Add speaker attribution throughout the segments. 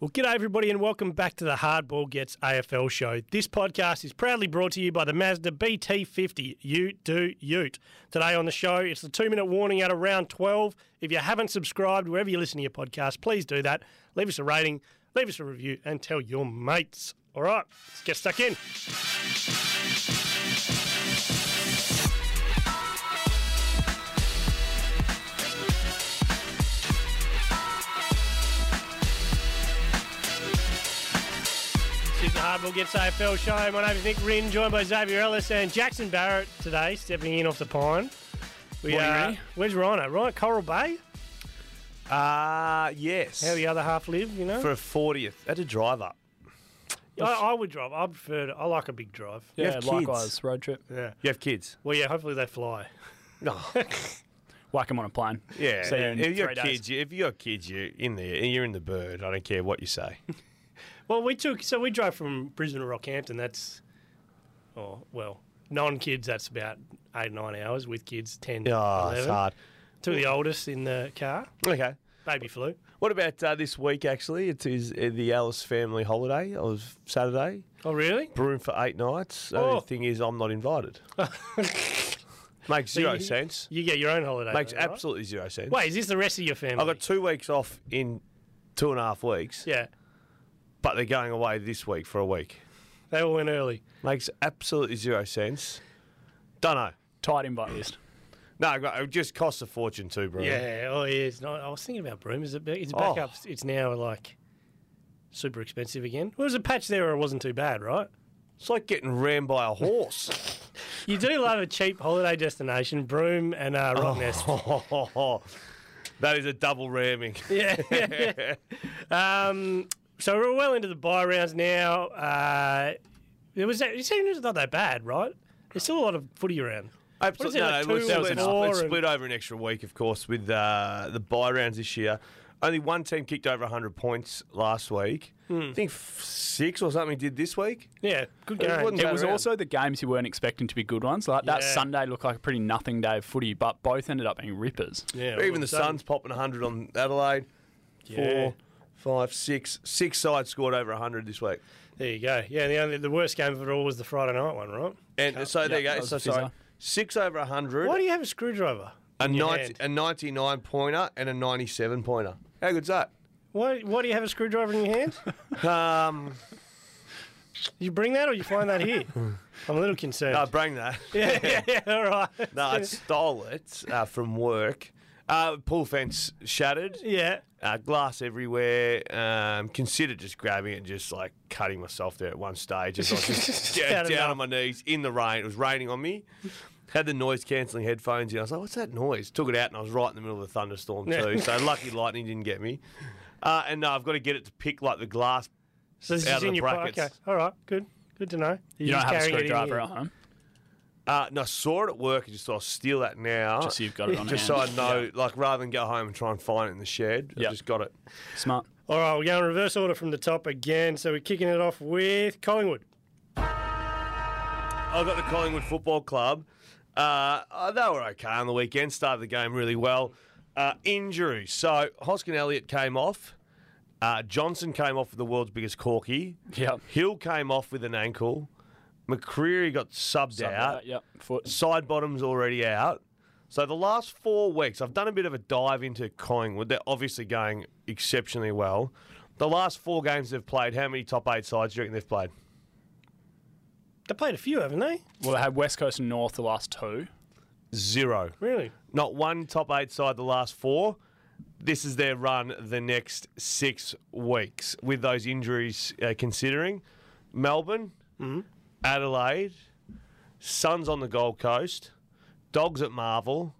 Speaker 1: Well, g'day everybody, and welcome back to the Hardball Gets AFL show. This podcast is proudly brought to you by the Mazda BT50. You do Ute. Today on the show, it's the two-minute warning out of round 12. If you haven't subscribed wherever you listen to your podcast, please do that. Leave us a rating, leave us a review, and tell your mates. All right, let's get stuck in. This is the Hardball Gets AFL show. My name is Nick Rinn, joined by Xavier Ellis and Jackson Barrett today, stepping in off the pine. We
Speaker 2: Morning,
Speaker 1: are.
Speaker 2: Rinny.
Speaker 1: Where's Ryan? at? Ryan at Coral Bay?
Speaker 2: Uh, yes.
Speaker 1: How the other half live, you know?
Speaker 2: For a 40th. At a drive up.
Speaker 1: I, I would drive. I prefer. to- I like a big drive.
Speaker 2: You
Speaker 3: Yeah,
Speaker 2: have kids.
Speaker 3: likewise, road trip.
Speaker 1: Yeah.
Speaker 2: You have kids.
Speaker 1: Well, yeah. Hopefully they fly.
Speaker 3: Whack them on a plane.
Speaker 2: Yeah.
Speaker 3: See you in
Speaker 2: if you
Speaker 3: three
Speaker 2: got
Speaker 3: days.
Speaker 2: kids, you, if you got kids, you're in there. You're in the bird. I don't care what you say.
Speaker 1: Well, we took. So we drove from Brisbane to Rockhampton. That's, oh well, non-kids. That's about eight nine hours with kids. 10,
Speaker 2: oh,
Speaker 1: 11.
Speaker 2: it's hard.
Speaker 1: Took the oldest in the car.
Speaker 2: Okay.
Speaker 1: Baby flu.
Speaker 2: What about uh, this week? Actually, it is uh, the Alice family holiday. It was Saturday.
Speaker 1: Oh really?
Speaker 2: Broom for eight nights. The
Speaker 1: Oh.
Speaker 2: Only thing is, I'm not invited. Makes zero
Speaker 1: you-
Speaker 2: sense.
Speaker 1: You get your own holiday.
Speaker 2: Makes
Speaker 1: though, right?
Speaker 2: absolutely zero sense.
Speaker 1: Wait, is this the rest of your family?
Speaker 2: I've got two weeks off in two and a half weeks,
Speaker 1: Yeah,
Speaker 2: but they're going away this week for a week.
Speaker 1: they all went early.
Speaker 2: Makes absolutely zero sense. Don't know.
Speaker 3: Tight invite list.
Speaker 2: No, I got- it just costs a fortune too, bro.
Speaker 1: Yeah. Oh, yeah. It's not, I was thinking about Broome. Is it? ba- It's back
Speaker 2: Oh.
Speaker 1: up. It's now like super expensive again. Well, it was a patch there where it wasn't too bad, right?
Speaker 2: It's like getting rammed by a horse.
Speaker 1: You do love a cheap holiday destination, Broome and uh, Rocknest.
Speaker 2: Oh, that is a double ramming.
Speaker 1: Yeah. um, so we're well into the buy rounds now. Uh, it was it seems not that bad, right? There's still a lot of footy around. What is
Speaker 2: Absolutely.
Speaker 1: it,
Speaker 2: No,
Speaker 1: like
Speaker 2: no,
Speaker 1: two
Speaker 2: let's,
Speaker 1: or
Speaker 2: let's,
Speaker 1: four
Speaker 2: let's
Speaker 1: and-
Speaker 2: split over an extra week, of course, with uh, the buy rounds this year. Only one team kicked over 100 points last week.
Speaker 1: Hmm.
Speaker 2: I think f- six or something did this week.
Speaker 1: Yeah, good
Speaker 2: It
Speaker 1: game.
Speaker 2: wasn't
Speaker 3: It was
Speaker 2: around.
Speaker 3: also the games you weren't expecting to be good ones. Like that
Speaker 1: Yeah.
Speaker 3: Sunday looked like a pretty nothing day of footy, but both ended up being rippers.
Speaker 1: Yeah, all
Speaker 2: Even
Speaker 1: of
Speaker 2: the
Speaker 1: a sudden.
Speaker 2: Suns popping 100 on Adelaide.
Speaker 1: Yeah.
Speaker 2: Four, five, six. Six sides scored over 100 this week.
Speaker 1: There you go. Yeah, the only the worst game of it all was the Friday night one, right?
Speaker 2: And so there you
Speaker 3: yeah,
Speaker 2: go.
Speaker 3: that was
Speaker 2: So
Speaker 3: a fizzer.
Speaker 2: sorry. Six over 100.
Speaker 1: Why do you have a screwdriver?
Speaker 2: a,
Speaker 1: in your
Speaker 2: 90,
Speaker 1: hand?
Speaker 2: a 99 pointer and a 97 pointer. How good's that?
Speaker 1: Why, why do you have a screwdriver in your hand?
Speaker 2: Um,
Speaker 1: you bring that or you find that here? I'm a little concerned.
Speaker 2: I bring that.
Speaker 1: yeah, yeah, yeah, all right.
Speaker 2: No, I stole it uh, from work. Uh, pool fence shattered,
Speaker 1: Yeah.
Speaker 2: uh, glass everywhere. Um, considered just grabbing it and just like cutting myself there at one stage. As I was just
Speaker 1: Had
Speaker 2: down,
Speaker 1: enough.
Speaker 2: down on my knees in the rain. It was raining on me. Had the noise cancelling headphones in. I was like, what's that noise? Took it out and I was right in the middle of the thunderstorm
Speaker 1: Yeah.
Speaker 2: too. So lucky lightning didn't get me. Uh, and no, I've got to get it to pick like the glass
Speaker 1: So this
Speaker 2: Out
Speaker 1: is
Speaker 2: of
Speaker 1: in
Speaker 2: the
Speaker 1: your pocket.
Speaker 2: brackets.
Speaker 1: Okay, all right, good. Good to know.
Speaker 3: You don't have a screwdriver at
Speaker 1: on.
Speaker 3: home,
Speaker 2: Uh, no, I saw it at work and just thought I'll steal that now.
Speaker 3: just so you've got it on
Speaker 2: Just so
Speaker 3: hand.
Speaker 2: I know, like rather than go home and try and find it in the shed,
Speaker 3: Yeah.
Speaker 2: I just got it.
Speaker 3: Smart.
Speaker 1: All right, we're going reverse order from the top again. So we're kicking it off with Collingwood.
Speaker 2: I got the Collingwood Football Club. Uh, uh, they were okay on the weekend, started the game really well. Uh, injuries. So Hoskin Elliott came off. Uh, Johnson came off with the world's biggest corky.
Speaker 3: Yep.
Speaker 2: Hill came off with an ankle. McCreary got subbed, out.
Speaker 3: Uh, Yep. Foot.
Speaker 2: Side bottom's already out. So the last four weeks, I've done a bit of a dive into Collingwood. They're obviously going exceptionally well. The last four games they've played, how many top eight sides do you reckon they've played?
Speaker 1: They played a few, haven't they?
Speaker 3: Well, they had West Coast and North the last two.
Speaker 2: Zero.
Speaker 1: Really?
Speaker 2: Not one top eight side the last four. This is their run the next six weeks with those injuries uh, considering. Melbourne, Adelaide, Suns on the Gold Coast, Dogs at Marvel,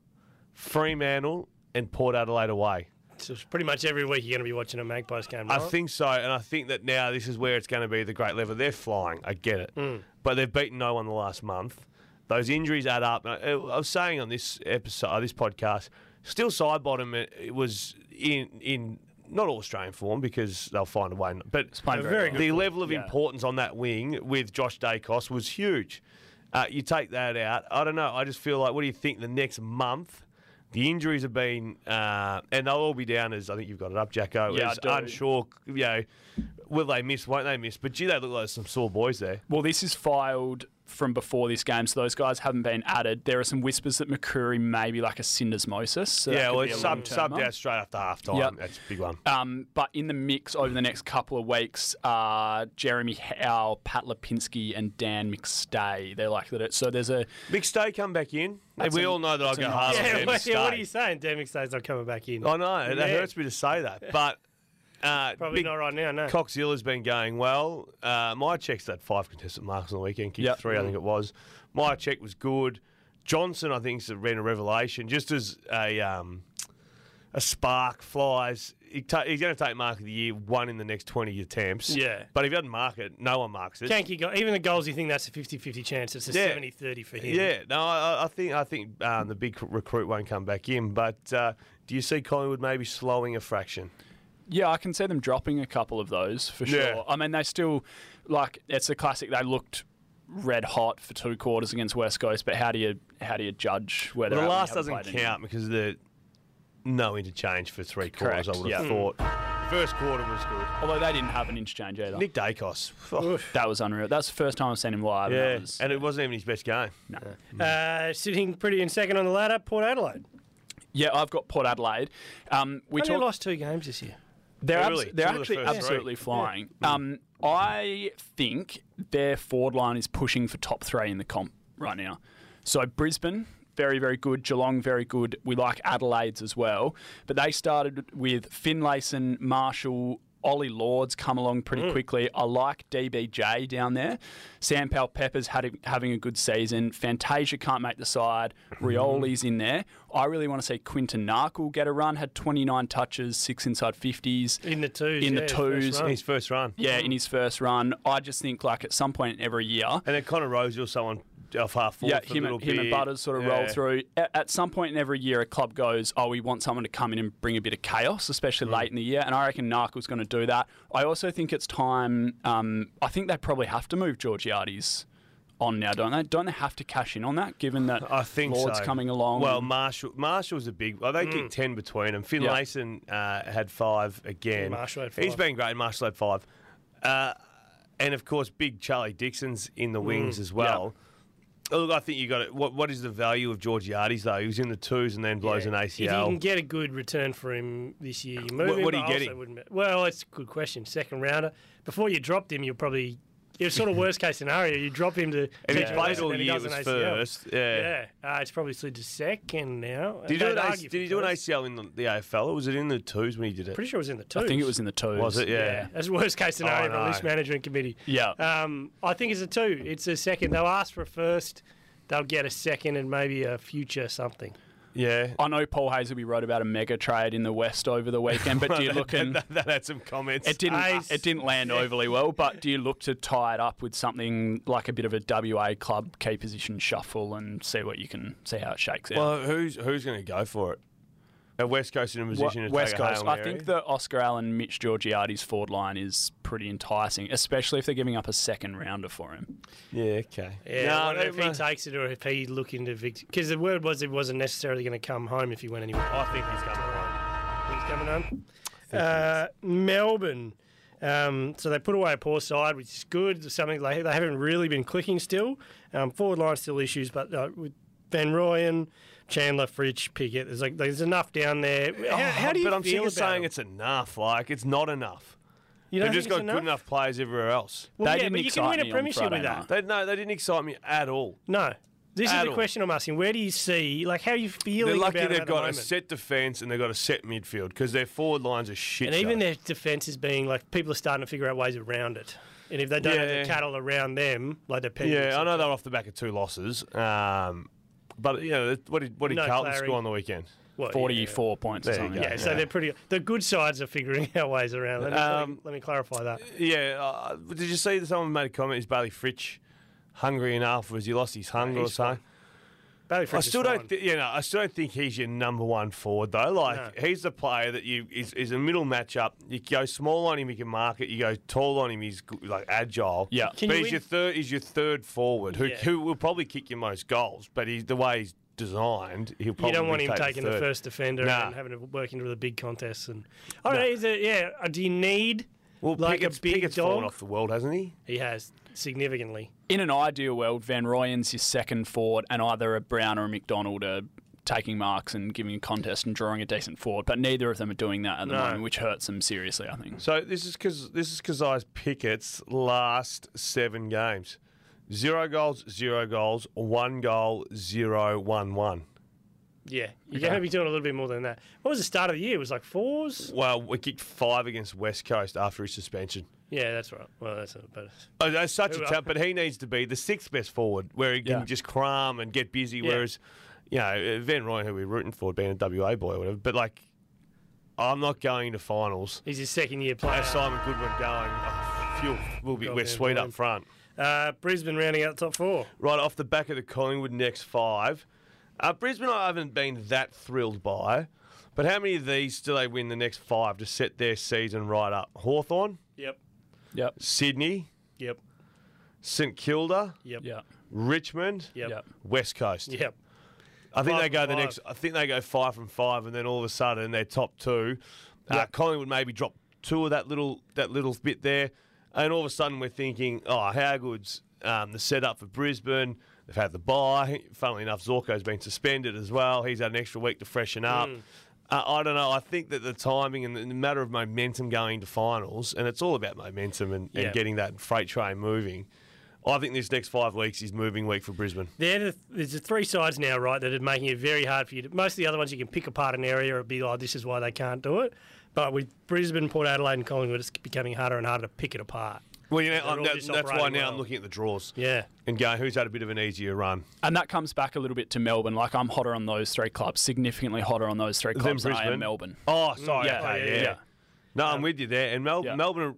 Speaker 2: Fremantle, and Port Adelaide away.
Speaker 1: So it's pretty much every week you're going to be watching a Magpies game.
Speaker 2: I
Speaker 1: right?
Speaker 2: think so, and I think that now this is where it's going to be the great level. They're flying, I get it,
Speaker 3: Mm.
Speaker 2: but they've beaten no one the last month. Those injuries add up. And I, I was saying on this episode, uh, this podcast, still side bottom. It, it was in in not all Australian form because they'll find a way, but
Speaker 3: playing very Very well. good
Speaker 2: the level of
Speaker 3: yeah.
Speaker 2: importance on that wing with Josh Dacos was huge. Uh, you take that out. I don't know. I just feel like, what do you think the next month? The injuries have been, uh, and they'll all be down as I think you've got it up, Jacko.
Speaker 3: Yeah, I
Speaker 2: as
Speaker 3: do.
Speaker 2: unsure, you know, will they miss? Won't they miss? But gee, they look like some sore boys there.
Speaker 3: Well, this is filed from before this game, so those guys haven't been added. There are some whispers that McCurry may be like a syndesmosis. So that
Speaker 2: yeah,
Speaker 3: could
Speaker 2: well,
Speaker 3: be a
Speaker 2: it's sub,
Speaker 3: long-termer.
Speaker 2: subbed out straight after half time.
Speaker 3: Yep.
Speaker 2: That's a big one.
Speaker 3: Um, but in the mix over the next couple of weeks are Jeremy Howe, Pat Lipinski, and Dan McStay. They're like that. So there's a
Speaker 2: Big Stay come back in.
Speaker 3: That's
Speaker 2: we
Speaker 3: a-
Speaker 2: all know that I
Speaker 3: that's
Speaker 2: go
Speaker 3: a
Speaker 2: hard
Speaker 3: nice-
Speaker 2: on
Speaker 1: Yeah,
Speaker 2: Jeremy
Speaker 1: what, yeah, what are
Speaker 2: Stay.
Speaker 1: you saying? Damn excited I'm coming back in.
Speaker 2: I know, it
Speaker 1: Yeah.
Speaker 2: hurts me to say that. But uh,
Speaker 1: Probably
Speaker 2: big
Speaker 1: not right now, no.
Speaker 2: Coxilla's been going well. Uh, my check's that five contestant marks on the weekend, kicked
Speaker 3: Yep.
Speaker 2: three, I think it was. My check was good. Johnson, I think, has been a revelation. Just as a um, a spark flies, he ta- he's going to take mark of the year one in the next 20 attempts.
Speaker 1: Yeah.
Speaker 2: But if he doesn't mark it, no one marks it.
Speaker 1: Kanky, go- even the goals, you think that's a 50 50 chance. It's a
Speaker 2: Yeah.
Speaker 1: 70 30 for him.
Speaker 2: Yeah, no, I, I think I think um, the big recruit won't come back in. But uh, do you see Collingwood maybe slowing a fraction?
Speaker 3: Yeah, I can see them dropping a couple of those for sure.
Speaker 2: Yeah.
Speaker 3: I mean, they still like it's a classic. They looked red hot for two quarters against West Coast, but how do you how do you judge whether
Speaker 2: Well, the last doesn't count because of the no interchange for three quarters.
Speaker 3: Correct,
Speaker 2: I would have
Speaker 3: yeah. Mm.
Speaker 2: thought first quarter was good.
Speaker 3: Although they didn't have an interchange either.
Speaker 2: Nick Dacos, fuck.
Speaker 3: That was unreal. That's the first time I've seen him live. and that
Speaker 2: yeah,
Speaker 3: was-
Speaker 2: and it wasn't even his best game.
Speaker 1: Uh, sitting pretty in second on the ladder, Port Adelaide.
Speaker 3: yeah, I've got Port Adelaide. Um, we
Speaker 1: Only
Speaker 3: talked.
Speaker 1: lost two games this year.
Speaker 3: They're,
Speaker 2: Oh,
Speaker 3: abs-
Speaker 2: really?
Speaker 3: they're
Speaker 2: Two of the
Speaker 3: actually
Speaker 2: first three.
Speaker 3: absolutely flying. Um, I think their forward line is pushing for top three in the comp right now. So Brisbane, very, very good. Geelong, very good. We like Adelaide's as well. But they started with Finlayson, Marshall, Ollie Lord's come along pretty quickly. I like DBJ down there. Sam Powell Peppers had having a good season. Fantasia can't make the side. Rioli's in there. I really want to see Quinton Narkle get a run. Had 29 touches, six inside 50s
Speaker 1: In the twos.
Speaker 3: In the
Speaker 1: yeah, first
Speaker 3: twos.
Speaker 1: round.
Speaker 2: His first run.
Speaker 3: yeah, in his first run. I just think like at some point every year,
Speaker 2: And then Connor Rose was someone off half forward.
Speaker 3: yeah,
Speaker 2: for
Speaker 3: him,
Speaker 2: a little
Speaker 3: and, him
Speaker 2: bit.
Speaker 3: and Butters sort of
Speaker 2: yeah.
Speaker 3: roll through. At, at some point in every year, a club goes, oh, we want someone to come in and bring a bit of chaos,
Speaker 2: Mm.
Speaker 3: especially late in the year. And I reckon Narkle's going to do that. I also think it's time. Um, I think they probably have to move Georgiades on now, don't they? Don't they have to cash in on that, given that
Speaker 2: I think
Speaker 3: Lord's
Speaker 2: so.
Speaker 3: coming along?
Speaker 2: Well, Marshall, Marshall's a big. Well, they
Speaker 1: Mm.
Speaker 2: kicked ten between them. Finlayson uh, had five again.
Speaker 1: Marshall had
Speaker 2: He's
Speaker 1: five.
Speaker 2: been great. Marshall had five, uh, and of course, big Charlie Dixon's in the
Speaker 1: Mm.
Speaker 2: wings as well. Oh, Look, I think you got it. What, what is the value of Georgiades though? He was in the twos and then blows
Speaker 1: Yeah.
Speaker 2: an
Speaker 1: If you can
Speaker 2: ACL.
Speaker 1: get a good return for him this year, you move
Speaker 2: What-
Speaker 1: him.
Speaker 2: what
Speaker 1: but
Speaker 2: are you
Speaker 1: I also
Speaker 2: getting?
Speaker 1: wouldn't- well, it's a good question. Second rounder. Before you dropped him, you probably. It was sort of worst case scenario. You drop him to.
Speaker 2: If
Speaker 1: teach
Speaker 2: he
Speaker 1: him a
Speaker 2: played
Speaker 1: lesson,
Speaker 2: all
Speaker 1: then he
Speaker 2: year, it
Speaker 1: does
Speaker 2: was
Speaker 1: an ACL.
Speaker 2: first. Yeah.
Speaker 1: Yeah, uh, it's probably slid to second now.
Speaker 2: Did he do
Speaker 1: They'd
Speaker 2: an, A-
Speaker 1: argue
Speaker 2: did he
Speaker 1: for
Speaker 2: do an
Speaker 1: first.
Speaker 2: ACL in the, the AFL? Or was it in the twos when he did it?
Speaker 1: Pretty sure it was in the two.
Speaker 3: I think it was in the twos.
Speaker 2: was it? Yeah.
Speaker 1: That's worst case scenario
Speaker 2: Oh,
Speaker 1: for a
Speaker 2: no.
Speaker 1: list management committee.
Speaker 3: Yeah.
Speaker 1: Um, I think it's a two. It's a second. They'll ask for a first. They'll get a second and maybe a future something.
Speaker 2: Yeah.
Speaker 3: I know Paul Hazelby wrote about a mega trade in the West over the weekend, but do you look and
Speaker 2: that, that had some comments.
Speaker 3: It didn't.
Speaker 1: Ace.
Speaker 3: It didn't land overly well. But do you look to tie it up with something like a bit of a WA club key position shuffle and see what you can see how it shakes out?
Speaker 2: Well, who's who's going to go for it? At West Coast in a
Speaker 3: Wa-
Speaker 2: position to
Speaker 3: West
Speaker 2: take a
Speaker 3: Coast.
Speaker 2: Hail
Speaker 3: I
Speaker 2: Mary?
Speaker 3: think the Oscar Allen, Mitch Georgiades forward line is pretty enticing, especially if they're giving up a second rounder for him.
Speaker 2: Yeah, okay.
Speaker 1: Yeah,
Speaker 2: No,
Speaker 1: I wonder
Speaker 2: they
Speaker 1: if he
Speaker 2: mu-
Speaker 1: takes it or if he look into Victor. Because the word was it wasn't necessarily going to come home if he went anywhere.
Speaker 2: I think he's coming on.
Speaker 1: He's coming home. Uh, Melbourne. Um, so they put away a poor side, which is good. Something like they haven't really been clicking still. Um, forward line still issues, but uh, with Van Royen, Chandler, Fritsch, Pickett, there's like there's enough down there. Oh, How, how do you
Speaker 2: Oh, But I'm sick
Speaker 1: feel
Speaker 2: of
Speaker 1: about
Speaker 2: saying
Speaker 1: them?
Speaker 2: it's enough. Like it's not enough.
Speaker 1: you
Speaker 2: They've
Speaker 1: don't
Speaker 2: just
Speaker 1: think
Speaker 2: got
Speaker 1: it's
Speaker 2: good enough players everywhere else.
Speaker 1: Well,
Speaker 3: They
Speaker 1: yeah,
Speaker 3: didn't
Speaker 1: but you can
Speaker 3: excite
Speaker 1: win a
Speaker 3: me on
Speaker 1: premiership with
Speaker 3: Friday
Speaker 1: that.
Speaker 3: night.
Speaker 2: They no, they didn't excite me at all.
Speaker 1: No, this
Speaker 2: At
Speaker 1: is the
Speaker 2: all.
Speaker 1: question I'm asking. Where do you see like how are you feeling?
Speaker 2: They're lucky
Speaker 1: about it
Speaker 2: they've
Speaker 1: at the
Speaker 2: got a
Speaker 1: moment?
Speaker 2: set defence and they've got a set midfield because their forward lines are shit.
Speaker 1: And even
Speaker 2: show.
Speaker 1: their defence is being like people are starting to figure out ways around it. And if they don't have
Speaker 2: Yeah.
Speaker 1: the cattle around them, like the Penguins,
Speaker 2: yeah, I know they're off the back of two losses. Um, but you know, what did what did
Speaker 1: No
Speaker 2: Carlton
Speaker 1: Clary.
Speaker 2: score on the weekend?
Speaker 1: Well,
Speaker 3: Forty-four points or
Speaker 2: There you
Speaker 3: something.
Speaker 1: Yeah, yeah, so they're pretty. The good sides are figuring out ways around. Let me,
Speaker 2: Um,
Speaker 1: let me clarify that.
Speaker 2: Yeah, uh, did you see that someone made a comment? Is Bailey Fritch hungry enough? Was he lost his hunger or
Speaker 1: he's
Speaker 2: something?
Speaker 1: Bailey
Speaker 2: I
Speaker 1: Fritz is
Speaker 2: still
Speaker 1: fine.
Speaker 2: don't, th- you know, I still don't think he's your number one forward though. Like he's the player that you is, is a middle matchup. You go small on him, you can mark it. You go tall on him, he's g- like agile.
Speaker 3: Yeah.
Speaker 1: Can
Speaker 2: but
Speaker 1: you
Speaker 2: he's
Speaker 1: win-
Speaker 2: your third is your third forward who
Speaker 1: Yeah.
Speaker 2: who will probably kick you most goals. But he's the way he's designed, he'll probably
Speaker 1: You don't want him
Speaker 2: take
Speaker 1: taking the,
Speaker 2: third.
Speaker 1: first defender
Speaker 2: Nah.
Speaker 1: and having to work into the big contests. And I don't know. Is it, yeah. uh, Do you need
Speaker 2: Well,
Speaker 1: like
Speaker 2: Pickett's,
Speaker 1: a big
Speaker 2: Pickett's
Speaker 1: dog?
Speaker 2: fallen off the world, hasn't he?
Speaker 1: He has significantly.
Speaker 3: In an ideal world, Van Royen's his second forward, and either a Brown or a McDonald are taking marks and giving a contest and drawing a decent forward, but neither of them are doing that at the
Speaker 1: No.
Speaker 3: moment, which hurts them seriously, I think.
Speaker 2: So this is because this is Kazai's Pickett's last seven games: zero goals, zero goals, one goal, zero, one, one.
Speaker 1: Yeah, you're going to be doing a little bit more than that. What was the start of the year? It was like fours.
Speaker 2: Well, we kicked five against West Coast after his suspension.
Speaker 1: Yeah, that's right. Well, that's a, but
Speaker 2: Oh, that's such a
Speaker 1: Who-
Speaker 2: tough, but he needs to be the sixth best forward, where he can
Speaker 3: Yeah.
Speaker 2: just cram and get busy. Whereas, you know, Van Ryan, who we're rooting for, being a WA boy or whatever, but like, I'm not going to finals.
Speaker 1: he's his second year player.
Speaker 2: Have Simon Goodwin going. Oh, phew, we'll be we're
Speaker 1: Goddamn
Speaker 2: sweet
Speaker 1: time.
Speaker 2: up front.
Speaker 1: Uh, Brisbane rounding out the top four.
Speaker 2: Right off the back of the Collingwood next five, uh, Brisbane I haven't been that thrilled by, but how many of these do they win the next five to set their season right up? Hawthorn,
Speaker 1: Yep,
Speaker 3: Yep.
Speaker 2: Sydney,
Speaker 1: yep,
Speaker 2: St Kilda,
Speaker 1: yep,
Speaker 3: Yeah.
Speaker 2: Richmond,
Speaker 1: yep,
Speaker 3: Yep.
Speaker 2: West Coast.
Speaker 1: yep.
Speaker 2: I think
Speaker 1: Five
Speaker 2: they go
Speaker 1: from
Speaker 2: the
Speaker 1: five.
Speaker 2: next. I think they go five from five, and then all of a sudden they're top two. Uh, Collingwood maybe drop two of that little that little bit there, and all of a sudden we're thinking, oh, how good's um, the setup for Brisbane? They've had the bye. Funnily enough, Zorko's been suspended as well. He's had an extra week to freshen
Speaker 1: Hmm.
Speaker 2: up. Uh, I don't know. I think that the timing and the the matter of momentum going to finals, and it's all about momentum and,
Speaker 1: Yeah.
Speaker 2: and getting that freight train moving. I think this next five weeks is moving week for Brisbane.
Speaker 1: They're the, there's the three sides now, right, that are making it very hard for you. To, most of the other ones you can pick apart an area and be like, this is why they can't do it. But with Brisbane, Port Adelaide, and Collingwood, it's becoming harder and harder to pick it apart.
Speaker 2: Well, you know,
Speaker 1: all
Speaker 2: I'm, that,
Speaker 1: just
Speaker 2: that's why
Speaker 1: operating
Speaker 2: now
Speaker 1: well.
Speaker 2: I'm looking at the draws
Speaker 1: Yeah,
Speaker 2: and going, who's had a bit of an easier run?
Speaker 3: And that comes back a little bit to Melbourne. Like, I'm hotter on those three clubs, significantly hotter on those three clubs than, I am
Speaker 2: Brisbane?
Speaker 3: Melbourne.
Speaker 2: Oh, sorry.
Speaker 3: Yeah,
Speaker 2: okay,
Speaker 1: yeah,
Speaker 2: yeah.
Speaker 1: yeah.
Speaker 2: No, I'm with you there. And Mel-
Speaker 3: Yeah.
Speaker 2: Melbourne, are-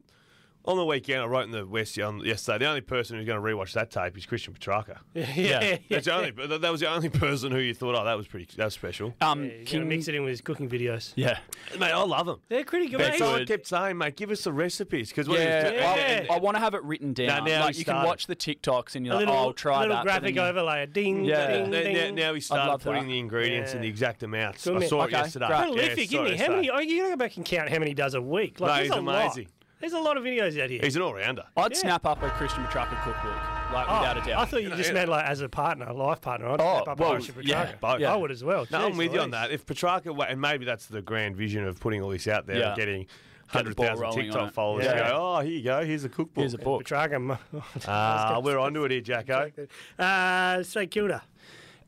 Speaker 2: on the weekend, I wrote in the West on yesterday, the only person who's going to rewatch that tape is Christian Petrarca.
Speaker 1: yeah.
Speaker 2: That's the only, that that was the only person who you thought, oh, that was pretty, that was special.
Speaker 3: Um,
Speaker 1: He's gonna
Speaker 3: King,
Speaker 1: mix it in with his cooking videos.
Speaker 3: yeah.
Speaker 2: Mate, I love him.
Speaker 1: They're pretty good.
Speaker 3: That's
Speaker 1: mate.
Speaker 3: all
Speaker 2: Someone
Speaker 3: good.
Speaker 2: kept saying, mate, give us the recipes. Because
Speaker 3: Yeah,
Speaker 1: Yeah.
Speaker 3: I- I, want to have it written down.
Speaker 2: now
Speaker 3: like
Speaker 2: we
Speaker 3: you can
Speaker 2: started.
Speaker 3: watch the TikToks and you're
Speaker 1: A
Speaker 3: like,
Speaker 1: little,
Speaker 3: oh, I'll try
Speaker 1: little
Speaker 3: that. but then
Speaker 1: graphic
Speaker 3: you-
Speaker 1: overlay. Ding,
Speaker 3: Yeah.
Speaker 1: ding,
Speaker 2: now,
Speaker 1: ding.
Speaker 2: now, now he started
Speaker 3: love that.
Speaker 2: putting the ingredients in
Speaker 1: Yeah.
Speaker 2: the exact amounts.
Speaker 1: Good
Speaker 2: I
Speaker 1: man.
Speaker 2: saw
Speaker 3: Okay,
Speaker 2: it yesterday.
Speaker 3: great.
Speaker 1: prolific,
Speaker 2: yeah,
Speaker 1: isn't
Speaker 2: sorry,
Speaker 1: he? How many?
Speaker 2: sorry.
Speaker 1: Oh, you gotta go back and count how many he does a week. Like,
Speaker 2: No,
Speaker 1: there's
Speaker 2: he's
Speaker 1: a lot.
Speaker 2: amazing.
Speaker 1: There's a lot of videos out here.
Speaker 2: He's an all-rounder.
Speaker 3: I'd
Speaker 1: Yeah.
Speaker 3: snap up a Christian Petrarca cookbook, like
Speaker 1: Oh,
Speaker 3: without a
Speaker 1: I
Speaker 3: doubt.
Speaker 1: thought you just
Speaker 2: yeah.
Speaker 1: meant like as a partner, a life partner. I'd
Speaker 3: Oh,
Speaker 1: step up
Speaker 3: well,
Speaker 1: and worship
Speaker 3: yeah,
Speaker 1: Petrarca.
Speaker 2: both.
Speaker 1: I would as well.
Speaker 2: No, I'm
Speaker 1: Jeez
Speaker 2: with you on
Speaker 1: Louise.
Speaker 2: that. If Petrarca, wa- and maybe that's the grand vision of putting all this out there
Speaker 3: Yeah.
Speaker 2: and getting
Speaker 3: Get the ball
Speaker 2: 100,000
Speaker 3: rolling on
Speaker 2: TikTok
Speaker 3: it.
Speaker 2: followers to
Speaker 1: Yeah.
Speaker 2: go, oh, here you go, here's a cookbook.
Speaker 3: Here's a book.
Speaker 1: Petrarca. mu-
Speaker 2: Ah, we're onto it here, Jacko.
Speaker 1: Uh, St Kilda.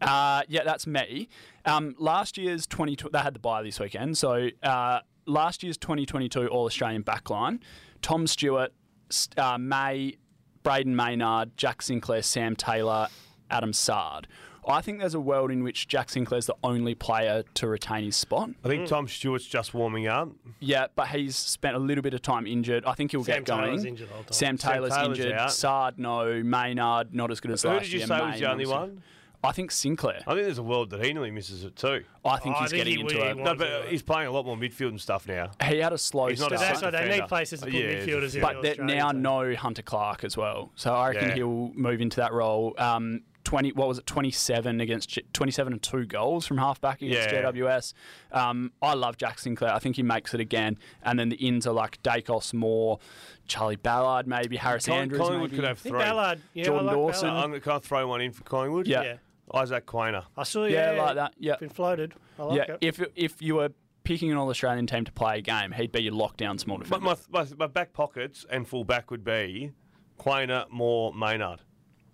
Speaker 3: Uh, yeah, that's me. Um, last year's 20, they had the buy this weekend. So uh, last year's 2022 All Australian backline, Tom Stewart, S- uh, May, Braden Maynard, Jack Sinclair, Sam Taylor, Adam Sard. I think there's a world in which Jack Sinclair's the only player to retain his spot.
Speaker 2: I think Tom Stewart's just warming up.
Speaker 3: Yeah, but he's spent a little bit of time injured. I think he'll
Speaker 1: Sam
Speaker 3: get going.
Speaker 1: Taylor's injured the whole time.
Speaker 3: Sam
Speaker 2: Sam
Speaker 3: Taylor's
Speaker 2: Taylor's
Speaker 3: injured.
Speaker 2: out.
Speaker 3: Sard, no. Maynard, not as good as
Speaker 2: Who
Speaker 3: last
Speaker 2: did you
Speaker 3: year.
Speaker 2: say was
Speaker 3: Main,
Speaker 2: the only
Speaker 3: obviously.
Speaker 2: one?
Speaker 3: I think Sinclair.
Speaker 2: I think there's a world that he nearly misses it too.
Speaker 3: I think
Speaker 1: I
Speaker 3: he's
Speaker 1: think
Speaker 3: getting
Speaker 1: he would-
Speaker 3: into
Speaker 1: he
Speaker 3: it.
Speaker 1: would.
Speaker 2: No, but uh, he's playing a lot more midfield and stuff now.
Speaker 3: He had a slow
Speaker 2: He's not
Speaker 3: start,
Speaker 2: a
Speaker 1: That's
Speaker 2: Side
Speaker 1: why they need
Speaker 2: defender.
Speaker 1: places to put
Speaker 2: Yeah,
Speaker 1: midfielders in. the
Speaker 2: but
Speaker 3: but that
Speaker 1: Australian
Speaker 3: now
Speaker 1: team.
Speaker 3: no Hunter Clark as well. So I reckon
Speaker 2: Yeah.
Speaker 3: he'll move into that role. Um, Twenty, what was it? Twenty-seven against J- twenty-seven and two goals from halfback against
Speaker 2: Yeah.
Speaker 3: JWS. Um, I love Jack Sinclair. I think he makes it again. And then the ins are like Dacos Moore, Charlie Ballard, maybe Harris
Speaker 2: Colin-
Speaker 3: Andrews.
Speaker 2: Collingwood
Speaker 3: maybe.
Speaker 2: could have
Speaker 1: I think
Speaker 2: three. Uh,
Speaker 1: Ballard. Yeah,
Speaker 3: Jordan
Speaker 1: I like
Speaker 3: Dawson.
Speaker 1: Ballard.
Speaker 2: I'm going to throw one in for Collingwood.
Speaker 3: Yeah.
Speaker 1: Yeah.
Speaker 2: Isaac Quainer.
Speaker 1: I saw.
Speaker 3: Yeah,
Speaker 1: Yeah,
Speaker 3: like that. Yeah,
Speaker 1: Been floated. I like
Speaker 3: yeah.
Speaker 1: it.
Speaker 3: If if you were picking an All Australian team to play a game, he'd be your lockdown small
Speaker 2: My,
Speaker 3: defender.
Speaker 2: my, my, my back pockets and full back would be Quainer, Moore, Maynard.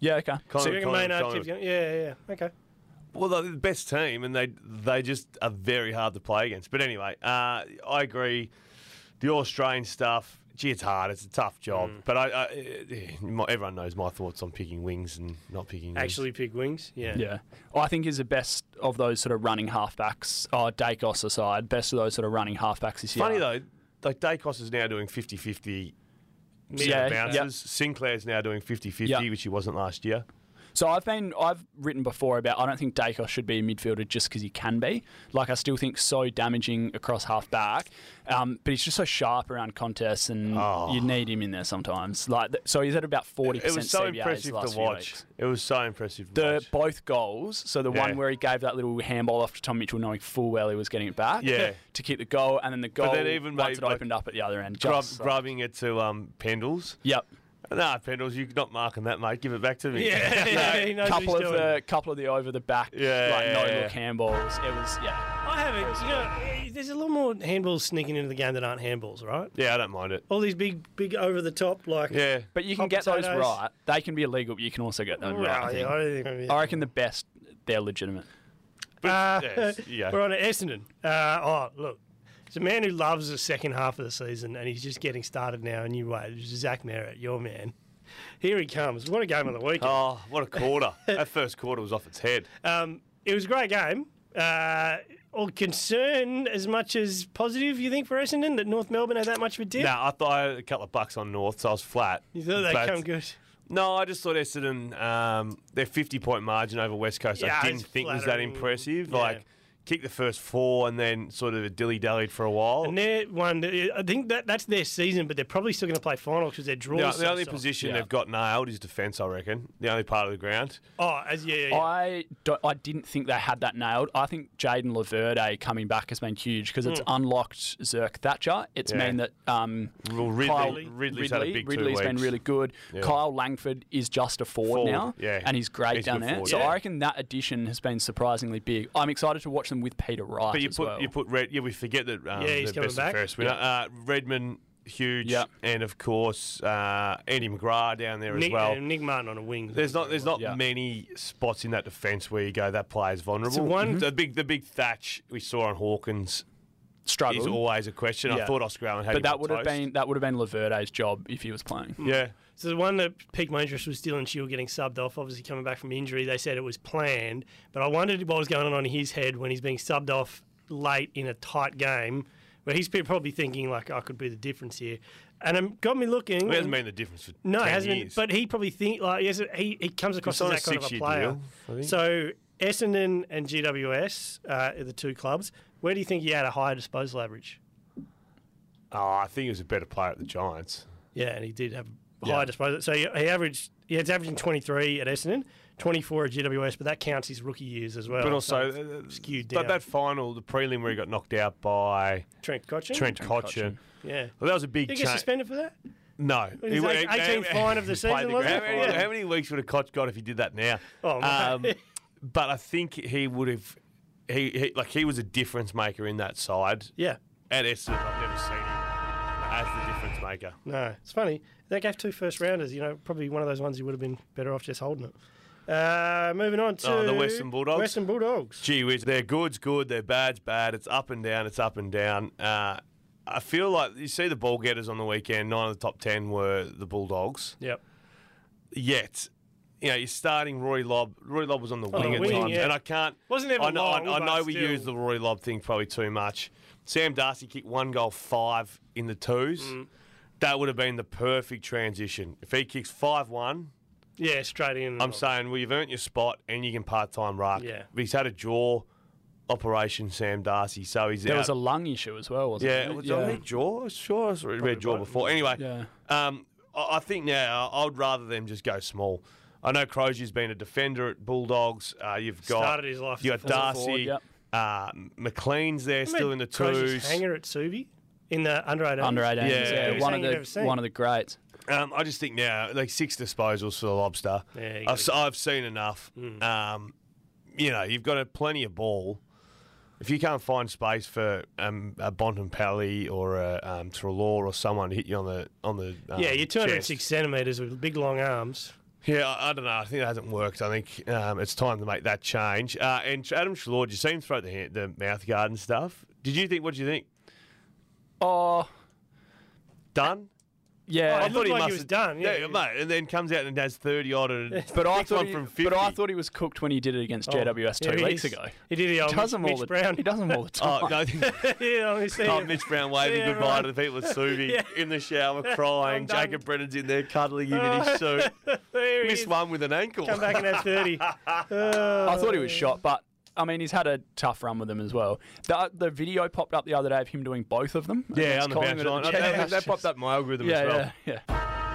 Speaker 3: yeah, okay.
Speaker 1: So
Speaker 2: Collingwood,
Speaker 1: you reckon
Speaker 2: Collingwood,
Speaker 1: Maynard keeps
Speaker 2: Collingwood.
Speaker 1: going? Yeah, yeah, yeah. Okay.
Speaker 2: Well, they're the best team, and they they just are very hard to play against. But anyway, uh, I agree. The Australian stuff, gee, it's hard. It's a tough job.
Speaker 3: Mm.
Speaker 2: But I, I eh, my- everyone knows my thoughts on picking wings and not picking. wings.
Speaker 1: Actually, pick wings. Yeah.
Speaker 3: Yeah. I think is the best of those sort of running halfbacks. Oh, Dacos aside, best of those sort of running halfbacks this year.
Speaker 2: funny though, like Dacos is now doing 50-50
Speaker 1: Mid-
Speaker 3: Yeah.
Speaker 2: bounces. Sinclair's now doing 50-50,
Speaker 3: Yeah.
Speaker 2: which he wasn't last year.
Speaker 3: So I've been I've written before about I don't think Dacos should be a midfielder just because he can be. Like I still think so damaging across half back, um, but he's just so sharp around contests and you need him in there sometimes. Like th- so he's at about forty
Speaker 2: Oh. It
Speaker 3: percent
Speaker 2: was so
Speaker 3: CBAs
Speaker 2: impressive
Speaker 3: last
Speaker 2: to
Speaker 3: few
Speaker 2: watch.
Speaker 3: weeks.
Speaker 2: It was so impressive to
Speaker 3: The
Speaker 2: watch.
Speaker 3: both goals, so the
Speaker 2: Yeah.
Speaker 3: one where he gave that little handball off to Tom Mitchell, knowing full well he was getting it back,
Speaker 2: Yeah.
Speaker 3: to keep the goal, and then the goal
Speaker 2: then even
Speaker 3: once
Speaker 2: made,
Speaker 3: it
Speaker 2: like,
Speaker 3: opened up at the other end.
Speaker 2: Grub,
Speaker 3: Just,
Speaker 2: grubbing it to um, Pendles.
Speaker 3: Yep.
Speaker 2: Nah, Pendles, you're not marking that, mate. Give it back to me.
Speaker 1: Yeah, yeah, he knows what
Speaker 3: couple
Speaker 1: he's
Speaker 3: of
Speaker 1: doing.
Speaker 3: the couple of the over the back,
Speaker 2: Yeah,
Speaker 3: like no
Speaker 2: yeah,
Speaker 3: look handballs. It was yeah.
Speaker 1: I haven't. You know, eh, there's a lot more handballs sneaking into the game that aren't handballs, right?
Speaker 2: Yeah, I don't mind it.
Speaker 1: All these big, big over the top, like.
Speaker 2: Yeah.
Speaker 3: But you
Speaker 1: Hot
Speaker 3: can get those
Speaker 1: potatoes.
Speaker 3: right. They can be illegal, but you can also get them
Speaker 1: Well,
Speaker 3: right.
Speaker 1: Oh,
Speaker 3: I,
Speaker 1: yeah,
Speaker 3: think.
Speaker 1: I don't think I'm- yeah.
Speaker 3: I reckon the best they're legitimate.
Speaker 1: Uh,
Speaker 2: Yes, yeah.
Speaker 1: We're on to Essendon. Uh, oh, look. It's a man who loves the second half of the season and he's just getting started now in a new way. It's Zach Merritt, your man. Here he comes. What a game of the weekend.
Speaker 2: Oh, what a quarter. that first quarter was off its head.
Speaker 1: Um, it was a great game. Uh, or concern as much as positive, you think, for Essendon that North Melbourne had that much of a dip?
Speaker 2: Now, I thought I had a couple of bucks on North, so I was flat.
Speaker 1: You thought they'd
Speaker 2: But-
Speaker 1: come good?
Speaker 2: No, I just thought Essendon, um, their 50 point margin over West Coast,
Speaker 1: Yeah,
Speaker 2: I didn't
Speaker 1: it's
Speaker 2: think was that
Speaker 1: flattering.
Speaker 2: impressive.
Speaker 1: Yeah.
Speaker 2: Like, kicked the first four and then sort of dilly dallied for a while.
Speaker 1: And they're one, I think that that's their season, but they're probably still going to play final because their draw
Speaker 2: the,
Speaker 1: is
Speaker 2: the
Speaker 1: so
Speaker 2: only
Speaker 1: soft.
Speaker 2: position
Speaker 3: Yeah.
Speaker 2: they've got nailed is defence, I reckon. The only part of the ground.
Speaker 1: Oh, as, yeah, yeah, yeah.
Speaker 3: I don't, I didn't think they had that nailed. I think Jaden Laverde coming back has been huge because it's unlocked Zerk Thatcher. It's
Speaker 2: Mm. Yeah.
Speaker 3: meant that um,
Speaker 2: Well, Ridley,
Speaker 3: Kyle
Speaker 2: Ridley's had a big two
Speaker 3: Ridley's been
Speaker 2: weeks.
Speaker 3: really good.
Speaker 2: Yeah.
Speaker 3: Kyle Langford is just a forward,
Speaker 2: Forward,
Speaker 3: now,
Speaker 2: yeah.
Speaker 3: and he's great
Speaker 2: He's a
Speaker 3: down
Speaker 2: good
Speaker 3: there.
Speaker 2: forward.
Speaker 3: So
Speaker 2: Yeah.
Speaker 3: I reckon that addition has been surprisingly big. I'm excited to watch them with Peter Wright
Speaker 2: But you
Speaker 3: as
Speaker 2: put
Speaker 3: well.
Speaker 2: you put red. Yeah, we forget that. Um,
Speaker 1: Yeah, he's
Speaker 2: the
Speaker 1: coming
Speaker 2: best
Speaker 1: back.
Speaker 2: And first winner. Uh, Redmond, huge,
Speaker 3: Yep.
Speaker 2: and of course uh, Andy McGrath down there
Speaker 1: Nick,
Speaker 2: as well.
Speaker 1: uh, Nick Martin on a wing.
Speaker 2: There's not there's not
Speaker 3: Yeah.
Speaker 2: many spots in that defence where you go that player's vulnerable.
Speaker 1: So one-
Speaker 2: the big the big thatch we saw on Hawkins is
Speaker 3: Struggled.
Speaker 2: always a question. I
Speaker 3: Yeah.
Speaker 2: thought Oscar Allen had,
Speaker 3: but
Speaker 2: him
Speaker 3: that
Speaker 2: on
Speaker 3: would have
Speaker 2: toast.
Speaker 3: been that would have been Laverde's job if he was playing.
Speaker 2: yeah.
Speaker 1: So the one that piqued my interest was Dylan Shield getting subbed off, obviously coming back from injury. They said it was planned, but I wondered what was going on in his head when he's being subbed off late in a tight game, where he's probably thinking like, "I could be the difference here," and it got me looking.
Speaker 2: It hasn't been the difference for
Speaker 1: Mm. no,
Speaker 2: 10
Speaker 1: it hasn't.
Speaker 2: years.
Speaker 1: But he probably think like yes, he, he comes across
Speaker 2: He's on
Speaker 1: as that
Speaker 2: a
Speaker 1: kind of a
Speaker 2: six-year
Speaker 1: player.
Speaker 2: deal, I think.
Speaker 1: so Essendon and GWS uh, are the two clubs. Where do you think he had a higher disposal average?
Speaker 2: oh, I think he was a better player at the
Speaker 1: Oh,
Speaker 2: Giants.
Speaker 1: Yeah, and he did have
Speaker 2: Yeah.
Speaker 1: high disposal. So he, he averaged, yeah, it's averaging 23 at Essendon, 24 at GWS, but that counts his rookie years as well.
Speaker 2: But
Speaker 1: So
Speaker 2: also
Speaker 1: it's
Speaker 2: uh, uh,
Speaker 1: skewed down.
Speaker 2: But that final, the prelim where he got knocked out by
Speaker 1: Trent Cochin?
Speaker 2: Trent
Speaker 3: Trent
Speaker 2: Cotchin.
Speaker 3: Cotchin.
Speaker 1: Yeah.
Speaker 2: Well, that was a big
Speaker 1: Did he get
Speaker 2: change.
Speaker 1: suspended for that?
Speaker 2: No.
Speaker 1: was his eight- 18th fine of the
Speaker 2: Played
Speaker 1: season, wasn't
Speaker 2: how,
Speaker 1: it?
Speaker 2: many,
Speaker 1: Yeah.
Speaker 2: how many weeks would a Koch got if he did that now? Um,
Speaker 1: Oh, mate.
Speaker 2: but I think he would have. He, he like he was a difference maker in that side.
Speaker 1: Yeah.
Speaker 2: At Essendon, I've never seen him as the difference maker.
Speaker 1: No, it's funny. They gave two first rounders, you know, probably one of those ones you would have been better off just holding it. Uh, moving on to
Speaker 2: Oh, the Western Bulldogs?
Speaker 1: Western Bulldogs.
Speaker 2: Gee whiz, their good's good, their bad's bad. It's up and down. It's up and down. Uh, I feel like you see the ball getters on the weekend. Nine of the top ten were the Bulldogs.
Speaker 1: Yep.
Speaker 2: yet. You know, you're starting Roy Lobb. Roy Lobb was on the wing
Speaker 1: the
Speaker 2: at
Speaker 1: wing,
Speaker 2: times,
Speaker 1: yeah.
Speaker 2: and I can't.
Speaker 1: Wasn't ever
Speaker 2: I know,
Speaker 1: long,
Speaker 2: I, I know
Speaker 1: but
Speaker 2: we
Speaker 1: still.
Speaker 2: use the Roy Lobb thing probably too much. Sam Darcy kicked one goal, five in the twos.
Speaker 1: Mm.
Speaker 2: That would have been the perfect transition. If he kicks five one,
Speaker 1: Yeah, straight in.
Speaker 2: I'm saying, well, you've earned your spot, and you can part time rock.
Speaker 1: Yeah.
Speaker 2: But he's had a jaw operation, Sam Darcy, so he's
Speaker 3: There
Speaker 2: out.
Speaker 3: was a lung issue as well, wasn't
Speaker 2: Yeah,
Speaker 3: it?
Speaker 2: was I read Jaw? Sure, I was read Jaw
Speaker 1: both.
Speaker 2: before. Anyway,
Speaker 3: Yeah.
Speaker 2: um, I I think now I- I'd rather them just go small. I know Crozier's been a defender at Bulldogs. Uh, you've got
Speaker 1: Started his life
Speaker 2: You
Speaker 1: as
Speaker 2: got
Speaker 1: a forward,
Speaker 2: Darcy.
Speaker 3: yep.
Speaker 2: uh, McLean's there, still in the
Speaker 1: Crozier's
Speaker 2: twos.
Speaker 1: Hanger at Subi in the under 18.
Speaker 3: Under 18s,
Speaker 2: Yeah.
Speaker 3: yeah,
Speaker 2: Biggest
Speaker 3: one
Speaker 1: thing you've ever
Speaker 3: of the
Speaker 1: seen.
Speaker 3: one of the greats.
Speaker 2: Um, I just think now, like six disposals for the Lobster.
Speaker 1: Yeah, you Hmm.
Speaker 2: I've, s- I've seen enough. Um, you know, you've got a, plenty of ball. If you can't find space for um, a Bontempelli or a um, Trelaw or someone to hit you on the on the um,
Speaker 1: Yeah, you're
Speaker 2: chest.
Speaker 1: 206 centimetres with big long arms.
Speaker 2: Yeah, I, I don't know. I think it hasn't worked. I think um, it's time to make that change. Uh, and Adam Shalord, you seen him throw the hand, the mouth guard and stuff. Did you think? What do you think?
Speaker 3: Oh,
Speaker 2: Done?
Speaker 1: I
Speaker 3: yeah,
Speaker 1: looked like he was
Speaker 2: have-
Speaker 1: done, yeah,
Speaker 2: yeah,
Speaker 1: yeah.
Speaker 2: mate, and then comes out and has thirty odd. And
Speaker 3: but I
Speaker 2: picks
Speaker 3: thought
Speaker 2: one
Speaker 3: he,
Speaker 2: from Oh, 50.
Speaker 3: but I thought he was cooked when he did it against JWS
Speaker 1: Here
Speaker 3: two
Speaker 1: Oh, he
Speaker 3: weeks
Speaker 1: is.
Speaker 3: ago.
Speaker 1: He did it on
Speaker 3: He does them all
Speaker 1: Mitch
Speaker 3: the
Speaker 1: Brown.
Speaker 3: He does them all the time.
Speaker 2: Um, Oh no!
Speaker 1: yeah, I see
Speaker 2: Oh,
Speaker 1: him.
Speaker 2: Mitch Brown waving
Speaker 1: Yeah,
Speaker 2: goodbye
Speaker 1: right.
Speaker 2: to the people at Suvi
Speaker 1: Yeah.
Speaker 2: in the shower,
Speaker 1: I'm
Speaker 2: crying.
Speaker 1: done.
Speaker 2: Jacob Brennan's in there cuddling him in his suit.
Speaker 1: There he
Speaker 2: Missed
Speaker 1: is.
Speaker 2: one with an ankle.
Speaker 1: Come back and had 30. Uh,
Speaker 3: I thought he was shot, but I mean, he's had a tough run with them as well. The, uh, the video popped up the other day of him doing both of them.
Speaker 2: Yeah,
Speaker 3: Against
Speaker 2: on the
Speaker 3: Collingwood
Speaker 2: bounce line.
Speaker 3: at the
Speaker 2: That, that-
Speaker 3: Jets.
Speaker 2: that popped up my algorithm
Speaker 3: yeah,
Speaker 2: as well.
Speaker 3: yeah, yeah.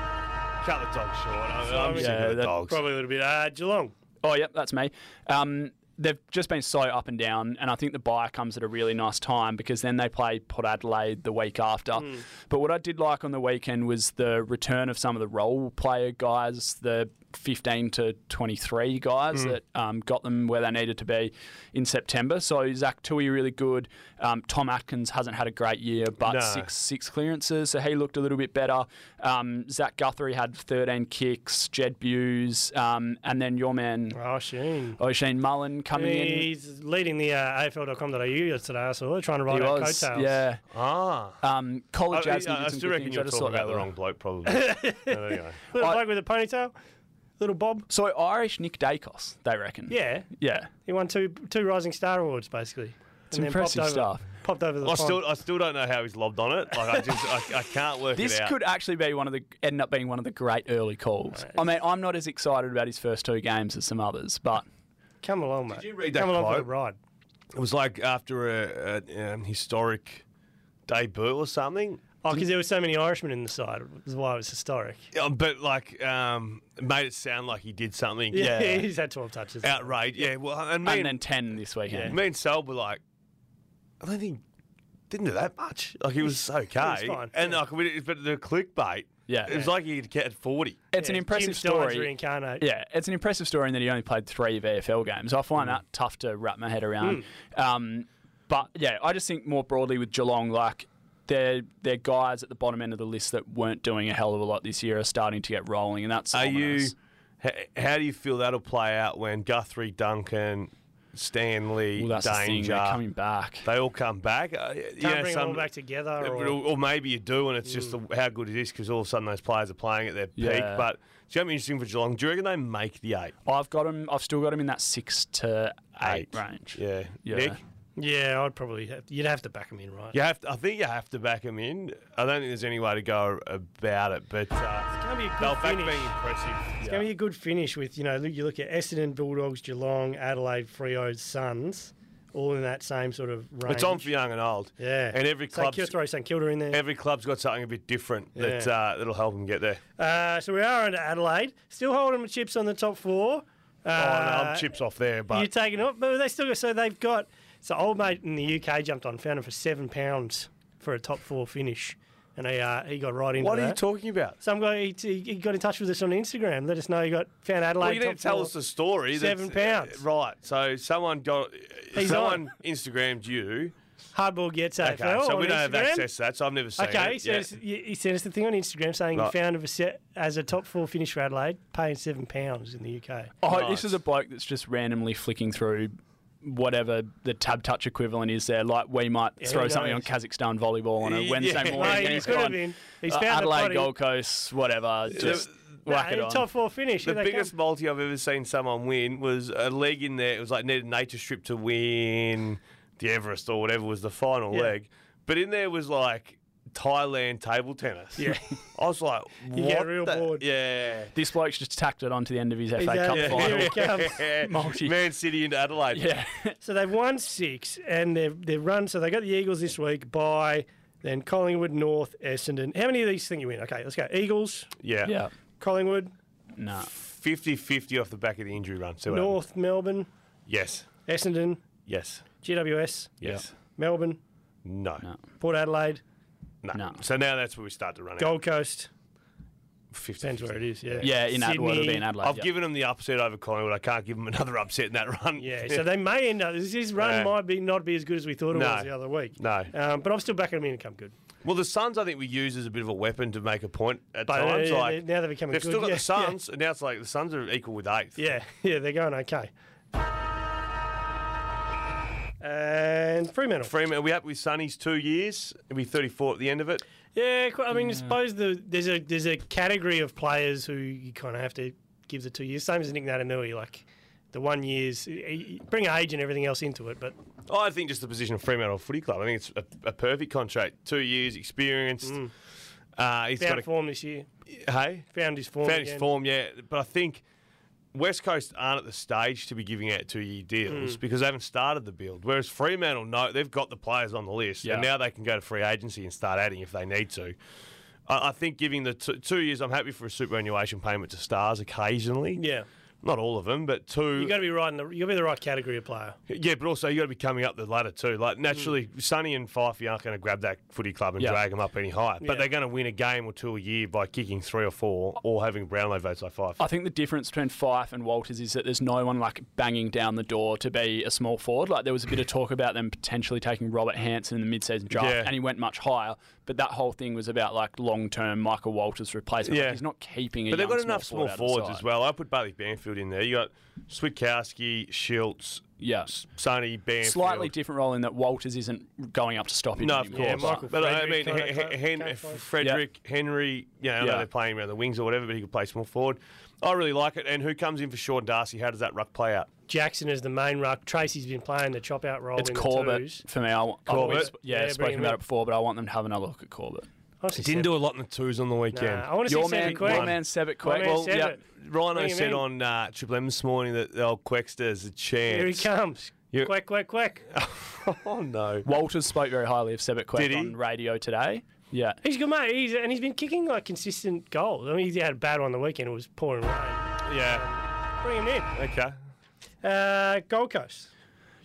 Speaker 2: Cut the dog short. I, I'm
Speaker 1: Sorry.
Speaker 2: sick
Speaker 3: Yeah,
Speaker 2: of the
Speaker 3: that
Speaker 2: dogs.
Speaker 1: Probably a little bit. Uh, Geelong.
Speaker 3: Oh, yep, that's me. Um, they've just been so up and down, and I think the buy comes at a really nice time because then they play Port Adelaide the week after. But what I did like on the weekend was the return of some of the role player guys, the 15 to 23 guys that um, got them where they needed to be in September. So Zach Tui really good. Um, Tom Atkins hasn't had a great year, but
Speaker 2: No.
Speaker 3: six six clearances, so he looked a little bit better. Um, Zach Guthrie had 13 kicks, Jed Buse, um, and then your man
Speaker 1: Oh, Sheen.
Speaker 3: O'Shane Mullen coming in.
Speaker 1: He's leading the uh, AFL.com.au yesterday, I saw. Trying to ride our coattails.
Speaker 3: yeah.
Speaker 2: Ah.
Speaker 3: Um,
Speaker 2: I,
Speaker 3: Collar
Speaker 2: I,
Speaker 3: Jasmine
Speaker 2: I
Speaker 3: did some
Speaker 2: still
Speaker 3: good
Speaker 2: reckon
Speaker 3: things.
Speaker 2: you're
Speaker 3: I just
Speaker 2: talking
Speaker 3: thought
Speaker 2: about the
Speaker 3: they were-
Speaker 2: wrong bloke, probably. there we go.
Speaker 1: Little
Speaker 3: I-
Speaker 1: bloke with a ponytail. Little Bob.
Speaker 3: So Irish Nick Dacos, they reckon.
Speaker 1: Yeah.
Speaker 3: yeah,
Speaker 1: He won two two Rising Star Awards, basically.
Speaker 3: it's
Speaker 1: And then popped
Speaker 3: impressive
Speaker 1: over-
Speaker 3: stuff.
Speaker 1: Popped over the
Speaker 2: I
Speaker 1: pond.
Speaker 2: still, I still don't know how he's lobbed on it. Like I just, I, I can't work
Speaker 3: This
Speaker 2: it out.
Speaker 3: could actually be one of the end up being one of the great early calls. I mean, I'm not as excited about his first two games as some others, but
Speaker 1: Come along, mate.
Speaker 2: you read that
Speaker 1: Come along for the
Speaker 2: quote?
Speaker 1: ride.
Speaker 2: It was like after a, a um, historic debut or something.
Speaker 1: Oh, because there were so many Irishmen in the side. That's why it was historic.
Speaker 2: Yeah, but like, um, it made it sound like he did something.
Speaker 1: He's had 12 touches.
Speaker 2: outrage. Yeah, well, and me
Speaker 3: and
Speaker 2: and,
Speaker 3: then ten this weekend.
Speaker 2: me and Sal were like, I don't think didn't do that much. Like he was okay,
Speaker 1: fine,
Speaker 2: and
Speaker 1: yeah.
Speaker 2: like, we- but the clickbait.
Speaker 3: Yeah.
Speaker 2: it was like he had forty.
Speaker 3: It's
Speaker 1: Yeah, Jim
Speaker 3: an impressive
Speaker 1: Stein's
Speaker 3: story.
Speaker 1: reincarnate.
Speaker 3: Yeah, it's an impressive story in that he only played three VFL games. I find
Speaker 2: Mm.
Speaker 3: that tough to wrap my head around. Um, but yeah, I just think more broadly with Geelong, like they're, they're guys at the bottom end of the list that weren't doing a hell of a lot this year are starting to get rolling, and that's
Speaker 2: Are you?
Speaker 3: ominous.
Speaker 2: h- How do you feel that'll play out when Guthrie, Duncan, Stanley,
Speaker 3: Well, that's the thing.
Speaker 2: Danger,
Speaker 3: They're coming back.
Speaker 2: they all come back? Uh, you
Speaker 1: Can't
Speaker 2: know,
Speaker 1: bring them
Speaker 2: some-
Speaker 1: all back together. Or,
Speaker 2: Or, or maybe you do, and it's just the, how good it is because all of a sudden those players are playing at their peak.
Speaker 3: Mm. Yeah.
Speaker 2: But it's going to be interesting for Geelong. Do you reckon they make the eight?
Speaker 3: I've got him. I've still got him in that six to eight,
Speaker 2: Eight.
Speaker 3: range.
Speaker 2: Yeah.
Speaker 3: Yeah.
Speaker 2: Nick,
Speaker 1: yeah, I'd probably have, you'd have to back him in, right?
Speaker 2: you have. To, I think you have to back them in. I don't think there's any way to go about it. But uh,
Speaker 1: It's gonna be a good
Speaker 2: they'll back
Speaker 1: finish.
Speaker 2: being impressive.
Speaker 1: It's gonna be a good finish with you know look, you look at Essendon, Bulldogs, Geelong, Adelaide, Freo, Suns, all in that same sort of range.
Speaker 2: It's on for young and old.
Speaker 1: yeah,
Speaker 2: And every
Speaker 1: St.
Speaker 2: club's
Speaker 1: Kilda, throw St Kilda in there.
Speaker 2: every club's got something a bit different that
Speaker 1: Yeah.
Speaker 2: uh, that'll help them get there.
Speaker 1: Uh, so we are under Adelaide, still holding the chips on the top four. Uh,
Speaker 2: Oh, no, I'm chips off there,
Speaker 1: You're
Speaker 2: but
Speaker 1: taking it, but they still got so they've got so old mate in the UK jumped on, found him for seven pounds for a top four finish, and he uh, he got right into
Speaker 2: what
Speaker 1: that.
Speaker 2: are you talking about?
Speaker 1: Some guy he, he he got in touch with us on Instagram. Let us know you got found Adelaide.
Speaker 2: Well, you
Speaker 1: top
Speaker 2: didn't tell
Speaker 1: four.
Speaker 2: us the story.
Speaker 1: Seven
Speaker 2: that's- uh,
Speaker 1: pounds.
Speaker 2: right? So someone got
Speaker 1: He's
Speaker 2: someone Instagrammed you.
Speaker 1: Hardball gets AFL.
Speaker 2: Okay, so
Speaker 1: on
Speaker 2: we don't have
Speaker 1: Instagram.
Speaker 2: access to that. So I've never seen
Speaker 1: Okay,
Speaker 2: it.
Speaker 1: so it's- he he sent us the thing on Instagram saying
Speaker 2: Right.
Speaker 1: he found a set as a top four finish for Adelaide, paying seven pounds in the UK.
Speaker 3: Oh,
Speaker 2: Nice.
Speaker 3: this is a bloke that's just randomly flicking through whatever the tab touch equivalent is there. Like we might
Speaker 1: he
Speaker 3: throw something on
Speaker 1: knows.
Speaker 3: Kazakhstan volleyball on a
Speaker 2: Yeah.
Speaker 3: Wednesday
Speaker 2: Mate,
Speaker 3: morning.
Speaker 1: Mate,
Speaker 3: and
Speaker 1: he
Speaker 3: he's
Speaker 1: could have
Speaker 3: gone,
Speaker 1: been. He's
Speaker 3: uh,
Speaker 1: found
Speaker 3: Adelaide,
Speaker 1: the
Speaker 3: Gold Coast, whatever. Just whack it
Speaker 1: nah,
Speaker 3: on.
Speaker 1: top four finish.
Speaker 2: the
Speaker 1: Here they
Speaker 2: biggest
Speaker 1: come.
Speaker 2: multi I've ever seen someone win was a leg in there. It was like needed nature strip to win the Everest or whatever was the final
Speaker 1: Yeah.
Speaker 2: leg. But in there was like Thailand table tennis.
Speaker 1: Yeah.
Speaker 2: I was like, what?
Speaker 1: You get real
Speaker 2: the-
Speaker 1: bored.
Speaker 2: Yeah.
Speaker 3: This bloke's just tacked it onto the end of his FA Cup
Speaker 1: Exactly. Yeah.
Speaker 3: final.
Speaker 1: Here it
Speaker 2: Yeah.
Speaker 3: Multi.
Speaker 2: Man City into Adelaide.
Speaker 3: Yeah.
Speaker 1: So they've won six, and they've they've run. So they got the Eagles this week by then Collingwood, North, Essendon. How many of these think you win? Okay, let's go. Eagles,
Speaker 2: Yeah.
Speaker 3: yeah.
Speaker 1: Collingwood,
Speaker 3: No.
Speaker 2: 50 50 off the back of the injury run. See what happens.
Speaker 1: North, Melbourne,
Speaker 2: Yes.
Speaker 1: Essendon,
Speaker 2: Yes.
Speaker 1: GWS,
Speaker 2: Yes.
Speaker 1: Melbourne,
Speaker 2: No.
Speaker 3: No.
Speaker 1: Port Adelaide,
Speaker 2: No.
Speaker 3: No.
Speaker 2: So now that's where we start to run out.
Speaker 1: Gold Coast.
Speaker 2: 50
Speaker 1: Depends where it is. Yeah.
Speaker 3: Yeah, in Adelaide. It'll be in
Speaker 1: Sydney.
Speaker 3: Adelaide.
Speaker 2: I've
Speaker 3: yeah.
Speaker 2: given them the upset over Collingwood. I can't give them another upset in that run.
Speaker 1: Yeah, so they may end up. This, this run
Speaker 2: Yeah.
Speaker 1: might be not be as good as we thought it
Speaker 2: No.
Speaker 1: was the other week.
Speaker 2: No.
Speaker 1: um, but I'm still backing them in and come good.
Speaker 2: Well, the Suns, I think we use as a bit of a weapon to make a point at
Speaker 1: But uh,
Speaker 2: times.
Speaker 1: yeah,
Speaker 2: like
Speaker 1: they- now they're becoming
Speaker 2: they've
Speaker 1: good.
Speaker 2: still got
Speaker 1: yeah,
Speaker 2: the Suns, and now it's like the Suns are equal with eighth.
Speaker 1: Yeah, yeah, yeah, they're going okay. and Fremantle.
Speaker 2: Freeman, we up with Sonny's two years. He'll be 34 at the end of it.
Speaker 1: Yeah, qu- I mean, I suppose the, there's a there's a category of players who you kind of have to give the two years. Same as Nick Natanui, like the one years, y- y- bring age and everything else into it. But
Speaker 2: Oh, I think just the position of Fremantle Footy Club. I think it's a, a perfect contract. Two years experienced. Uh, he's
Speaker 1: Mm. found
Speaker 2: got a
Speaker 1: form this year,
Speaker 2: hey,
Speaker 1: found his form.
Speaker 2: found his
Speaker 1: again.
Speaker 2: form, yeah. But I think West Coast aren't at the stage to be giving out two-year
Speaker 1: Mm.
Speaker 2: deals because they haven't started the build. Whereas Fremantle, no, they've got the players on the list, and
Speaker 3: Yeah.
Speaker 2: now they can go to free agency and start adding if they need to. I, I think giving the two, two years, I'm happy for a superannuation payment to stars occasionally.
Speaker 1: Yeah,
Speaker 2: Not all of them, but two.
Speaker 1: you got to be right in the you got to be the right category of player.
Speaker 2: Yeah, but also you got to be coming up the ladder too. Like naturally, Sonny and Fifey aren't going to grab that footy club and
Speaker 3: Mm. Yeah.
Speaker 2: drag them up any higher. But
Speaker 1: Yeah.
Speaker 2: they're going to win a game or two a year by kicking three or four or having Brownlow votes like five.
Speaker 3: I think the difference between Fife and Walters is that there's no one like banging down the door to be a small forward. Like there was a bit of talk about them potentially taking Robert Hanson in the mid-season draft,
Speaker 2: Yeah.
Speaker 3: and he went much higher. But that whole thing was about like long-term Michael Walters replacement. Like,
Speaker 2: Yeah.
Speaker 3: he's not keeping. A
Speaker 2: But they've
Speaker 3: young
Speaker 2: got enough small
Speaker 3: out of the
Speaker 2: forwards
Speaker 3: side.
Speaker 2: as well. I put Bailey Banfield in there. You got Switkowski, Schiltz,
Speaker 3: Yeah.
Speaker 2: S- Sonny Banfield.
Speaker 3: Slightly different role in that Walters isn't going up to stoppage.
Speaker 2: No, of
Speaker 3: anymore.
Speaker 2: course.
Speaker 1: Yeah, Michael
Speaker 2: but uh, I
Speaker 1: Frederick
Speaker 2: mean,
Speaker 1: kinda
Speaker 2: Hen-
Speaker 1: type-
Speaker 2: Hen-
Speaker 1: type
Speaker 2: F-
Speaker 1: player.
Speaker 2: Frederick, Henry, you know, I know
Speaker 3: Yeah.
Speaker 2: they're playing around the wings or whatever, but he could play small forward. I really like it. And who comes in for Sean Darcy? How does that ruck play out?
Speaker 1: Jackson is the main ruck. Tracy's been playing the chop out role.
Speaker 3: It's
Speaker 1: in The
Speaker 3: Corbett
Speaker 1: twos.
Speaker 3: for me. I, I
Speaker 2: Corbett?
Speaker 3: yeah,
Speaker 1: Yeah,
Speaker 3: I've
Speaker 1: bring him
Speaker 3: spoken about
Speaker 1: in.
Speaker 3: it before, but I want them to have another look at Corbett.
Speaker 1: I want to see
Speaker 2: Didn't
Speaker 1: Seb-
Speaker 2: do a lot in the twos on the weekend.
Speaker 1: Nah, I want to
Speaker 3: Your
Speaker 1: see
Speaker 3: man,
Speaker 1: Sebi Quack.
Speaker 3: your man, Sebit Quack.
Speaker 1: man
Speaker 3: Well,
Speaker 1: Sebit.
Speaker 3: yeah,
Speaker 2: Rhino
Speaker 1: What do you
Speaker 2: said
Speaker 1: mean?
Speaker 2: on uh, Triple M this morning that the old Quexter's a chance.
Speaker 1: Here he comes.
Speaker 2: You-
Speaker 1: Quack quack quack.
Speaker 2: oh no.
Speaker 3: Walters spoke very highly of Sebit Quack
Speaker 2: Did he?
Speaker 3: on radio today. Yeah.
Speaker 1: He's a good mate. He's and he's been kicking like consistent goals. I mean, he had a bad one on the weekend. It was pouring rain.
Speaker 2: Yeah.
Speaker 1: Bring him in.
Speaker 2: Okay.
Speaker 1: Uh, Gold Coast.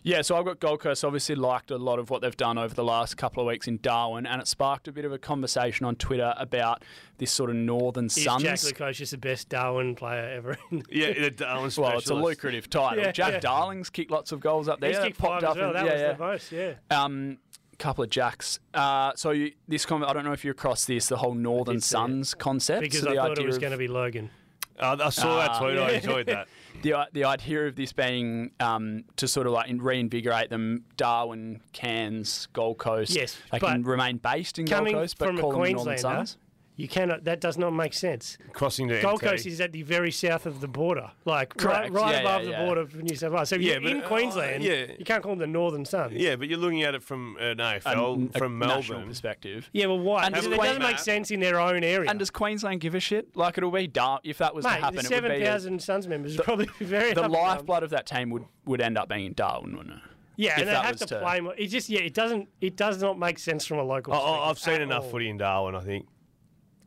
Speaker 3: Yeah, so I've got Gold Coast obviously liked a lot of what they've done over the last couple of weeks in Darwin, and it sparked a bit of a conversation on Twitter about this sort of Northern
Speaker 1: Is
Speaker 3: Suns.
Speaker 1: Jack Lucas just the best Darwin player ever? In the-
Speaker 2: Yeah, the Darwin
Speaker 3: well, it's a
Speaker 2: specialist.
Speaker 3: lucrative title.
Speaker 1: Yeah,
Speaker 3: Jack
Speaker 1: yeah.
Speaker 3: Darling's kicked lots of goals up there.
Speaker 1: He's
Speaker 3: That
Speaker 1: kicked five as well.
Speaker 3: in-
Speaker 1: That
Speaker 3: yeah,
Speaker 1: was
Speaker 3: yeah.
Speaker 1: the most. Yeah.
Speaker 3: um, couple of jacks. Uh, so you, this con- I don't know if you're across this, the whole Northern
Speaker 1: did see it.
Speaker 3: Suns concept.
Speaker 1: uh, Because
Speaker 3: so
Speaker 1: I
Speaker 3: the
Speaker 1: thought
Speaker 3: idea
Speaker 1: it was
Speaker 3: of-
Speaker 1: going to be Logan.
Speaker 2: Uh, I saw that
Speaker 3: Ah.
Speaker 2: tweet. I enjoyed that.
Speaker 3: the, i- the idea of this being um, to sort of like in- reinvigorate them, Darwin, Cairns, Gold Coast.
Speaker 1: Yes,
Speaker 3: they
Speaker 1: but
Speaker 3: can remain based in Gold
Speaker 1: Coming
Speaker 3: Coast, but
Speaker 1: from a
Speaker 3: call them the Northern
Speaker 1: Queenslander,
Speaker 3: Suns.
Speaker 1: you cannot. That does not make sense.
Speaker 2: Crossing to
Speaker 1: Gold
Speaker 2: MT.
Speaker 1: Coast is at the very south of the border, like
Speaker 3: Correct.
Speaker 1: right, right
Speaker 3: Yeah,
Speaker 1: above
Speaker 3: yeah,
Speaker 1: the
Speaker 3: yeah.
Speaker 1: border of New South Wales. So if
Speaker 2: Yeah,
Speaker 1: you're
Speaker 2: but,
Speaker 1: in
Speaker 2: uh,
Speaker 1: Queensland,
Speaker 2: yeah.
Speaker 1: you can't call them the Northern Suns.
Speaker 2: Yeah, but you're looking at it from an AFL,
Speaker 3: Um, A-
Speaker 2: from
Speaker 3: a national
Speaker 2: Melbourne.
Speaker 3: perspective.
Speaker 1: Yeah, well, why?
Speaker 3: And
Speaker 1: Because
Speaker 3: does
Speaker 1: it doesn't
Speaker 3: Queen-
Speaker 1: make sense in their own area.
Speaker 3: And does Queensland give a shit? Like it'll be Dar- if that was to
Speaker 1: Mate, the
Speaker 3: happen, it would be
Speaker 1: seven thousand Suns members would probably be very
Speaker 3: the
Speaker 1: up-
Speaker 3: lifeblood of that team would, would end up being in Darwin, wouldn't it?
Speaker 1: Yeah,
Speaker 3: if
Speaker 1: and they
Speaker 3: that
Speaker 1: have
Speaker 3: was
Speaker 1: to,
Speaker 3: to-
Speaker 1: play more. It just yeah, it doesn't. It does not make sense from a local.
Speaker 2: I, I, I've
Speaker 1: perspective
Speaker 2: seen
Speaker 1: at
Speaker 2: enough
Speaker 1: all.
Speaker 2: footy in Darwin. I think.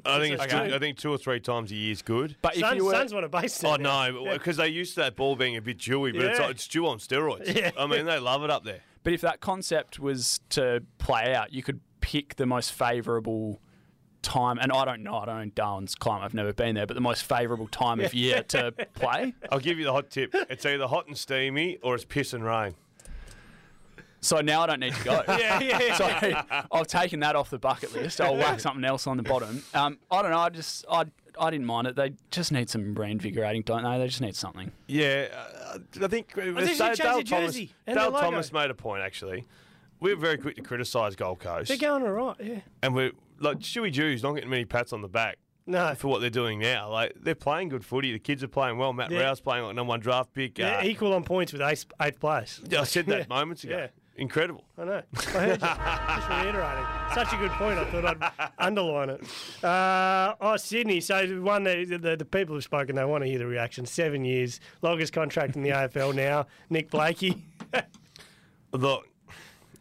Speaker 2: I think
Speaker 1: It's
Speaker 2: it's
Speaker 1: okay.
Speaker 2: two, I think two or three times a year is good.
Speaker 3: But if
Speaker 1: Suns,
Speaker 3: you were
Speaker 1: Suns want to base it.
Speaker 2: Oh
Speaker 1: now.
Speaker 2: no, because they used to that ball being a bit dewy, but it's,
Speaker 1: Yeah.
Speaker 2: like, it's dew on steroids.
Speaker 1: Yeah.
Speaker 2: I mean, they love it up there.
Speaker 3: But if that concept was to play out, you could pick the most favourable time. And I don't know, I don't know Darwin's climate, I've never been there, but the most favourable time of year to play.
Speaker 2: I'll give you the hot tip. It's either hot and steamy or it's piss and rain.
Speaker 3: So now I don't need to go.
Speaker 1: Yeah, yeah, yeah.
Speaker 3: So I've taken that off the bucket list. I'll whack something else on the bottom. Um, I don't know. I just I I didn't mind it. They just need some reinvigorating, don't they? They just need something.
Speaker 2: Yeah, uh, I think uh,
Speaker 1: they should
Speaker 2: Dale,
Speaker 1: change
Speaker 2: Dale
Speaker 1: the
Speaker 2: Thomas,
Speaker 1: jersey and the
Speaker 2: Dale
Speaker 1: logo.
Speaker 2: Thomas made a point actually. We were very quick to criticise Gold Coast,
Speaker 1: they're going all right. Yeah,
Speaker 2: and we're like Stewie Jew's not getting many pats on the back
Speaker 1: no,
Speaker 2: for what they're doing now. Like they're playing good footy. The kids are playing well. Matt
Speaker 1: Yeah.
Speaker 2: Rouse playing like number one draft pick. Uh,
Speaker 1: they're equal on points with eighth, eighth place.
Speaker 2: I said that moments ago.
Speaker 1: Yeah.
Speaker 2: Incredible.
Speaker 1: I know. I heard you. Just reiterating. Such a good point. I thought I'd underline it. Uh, oh, Sydney. So the one that the, the, the people have spoken, they want to hear the reaction. Seven years, longest contract in the AFL now. Nick Blakey.
Speaker 2: Look,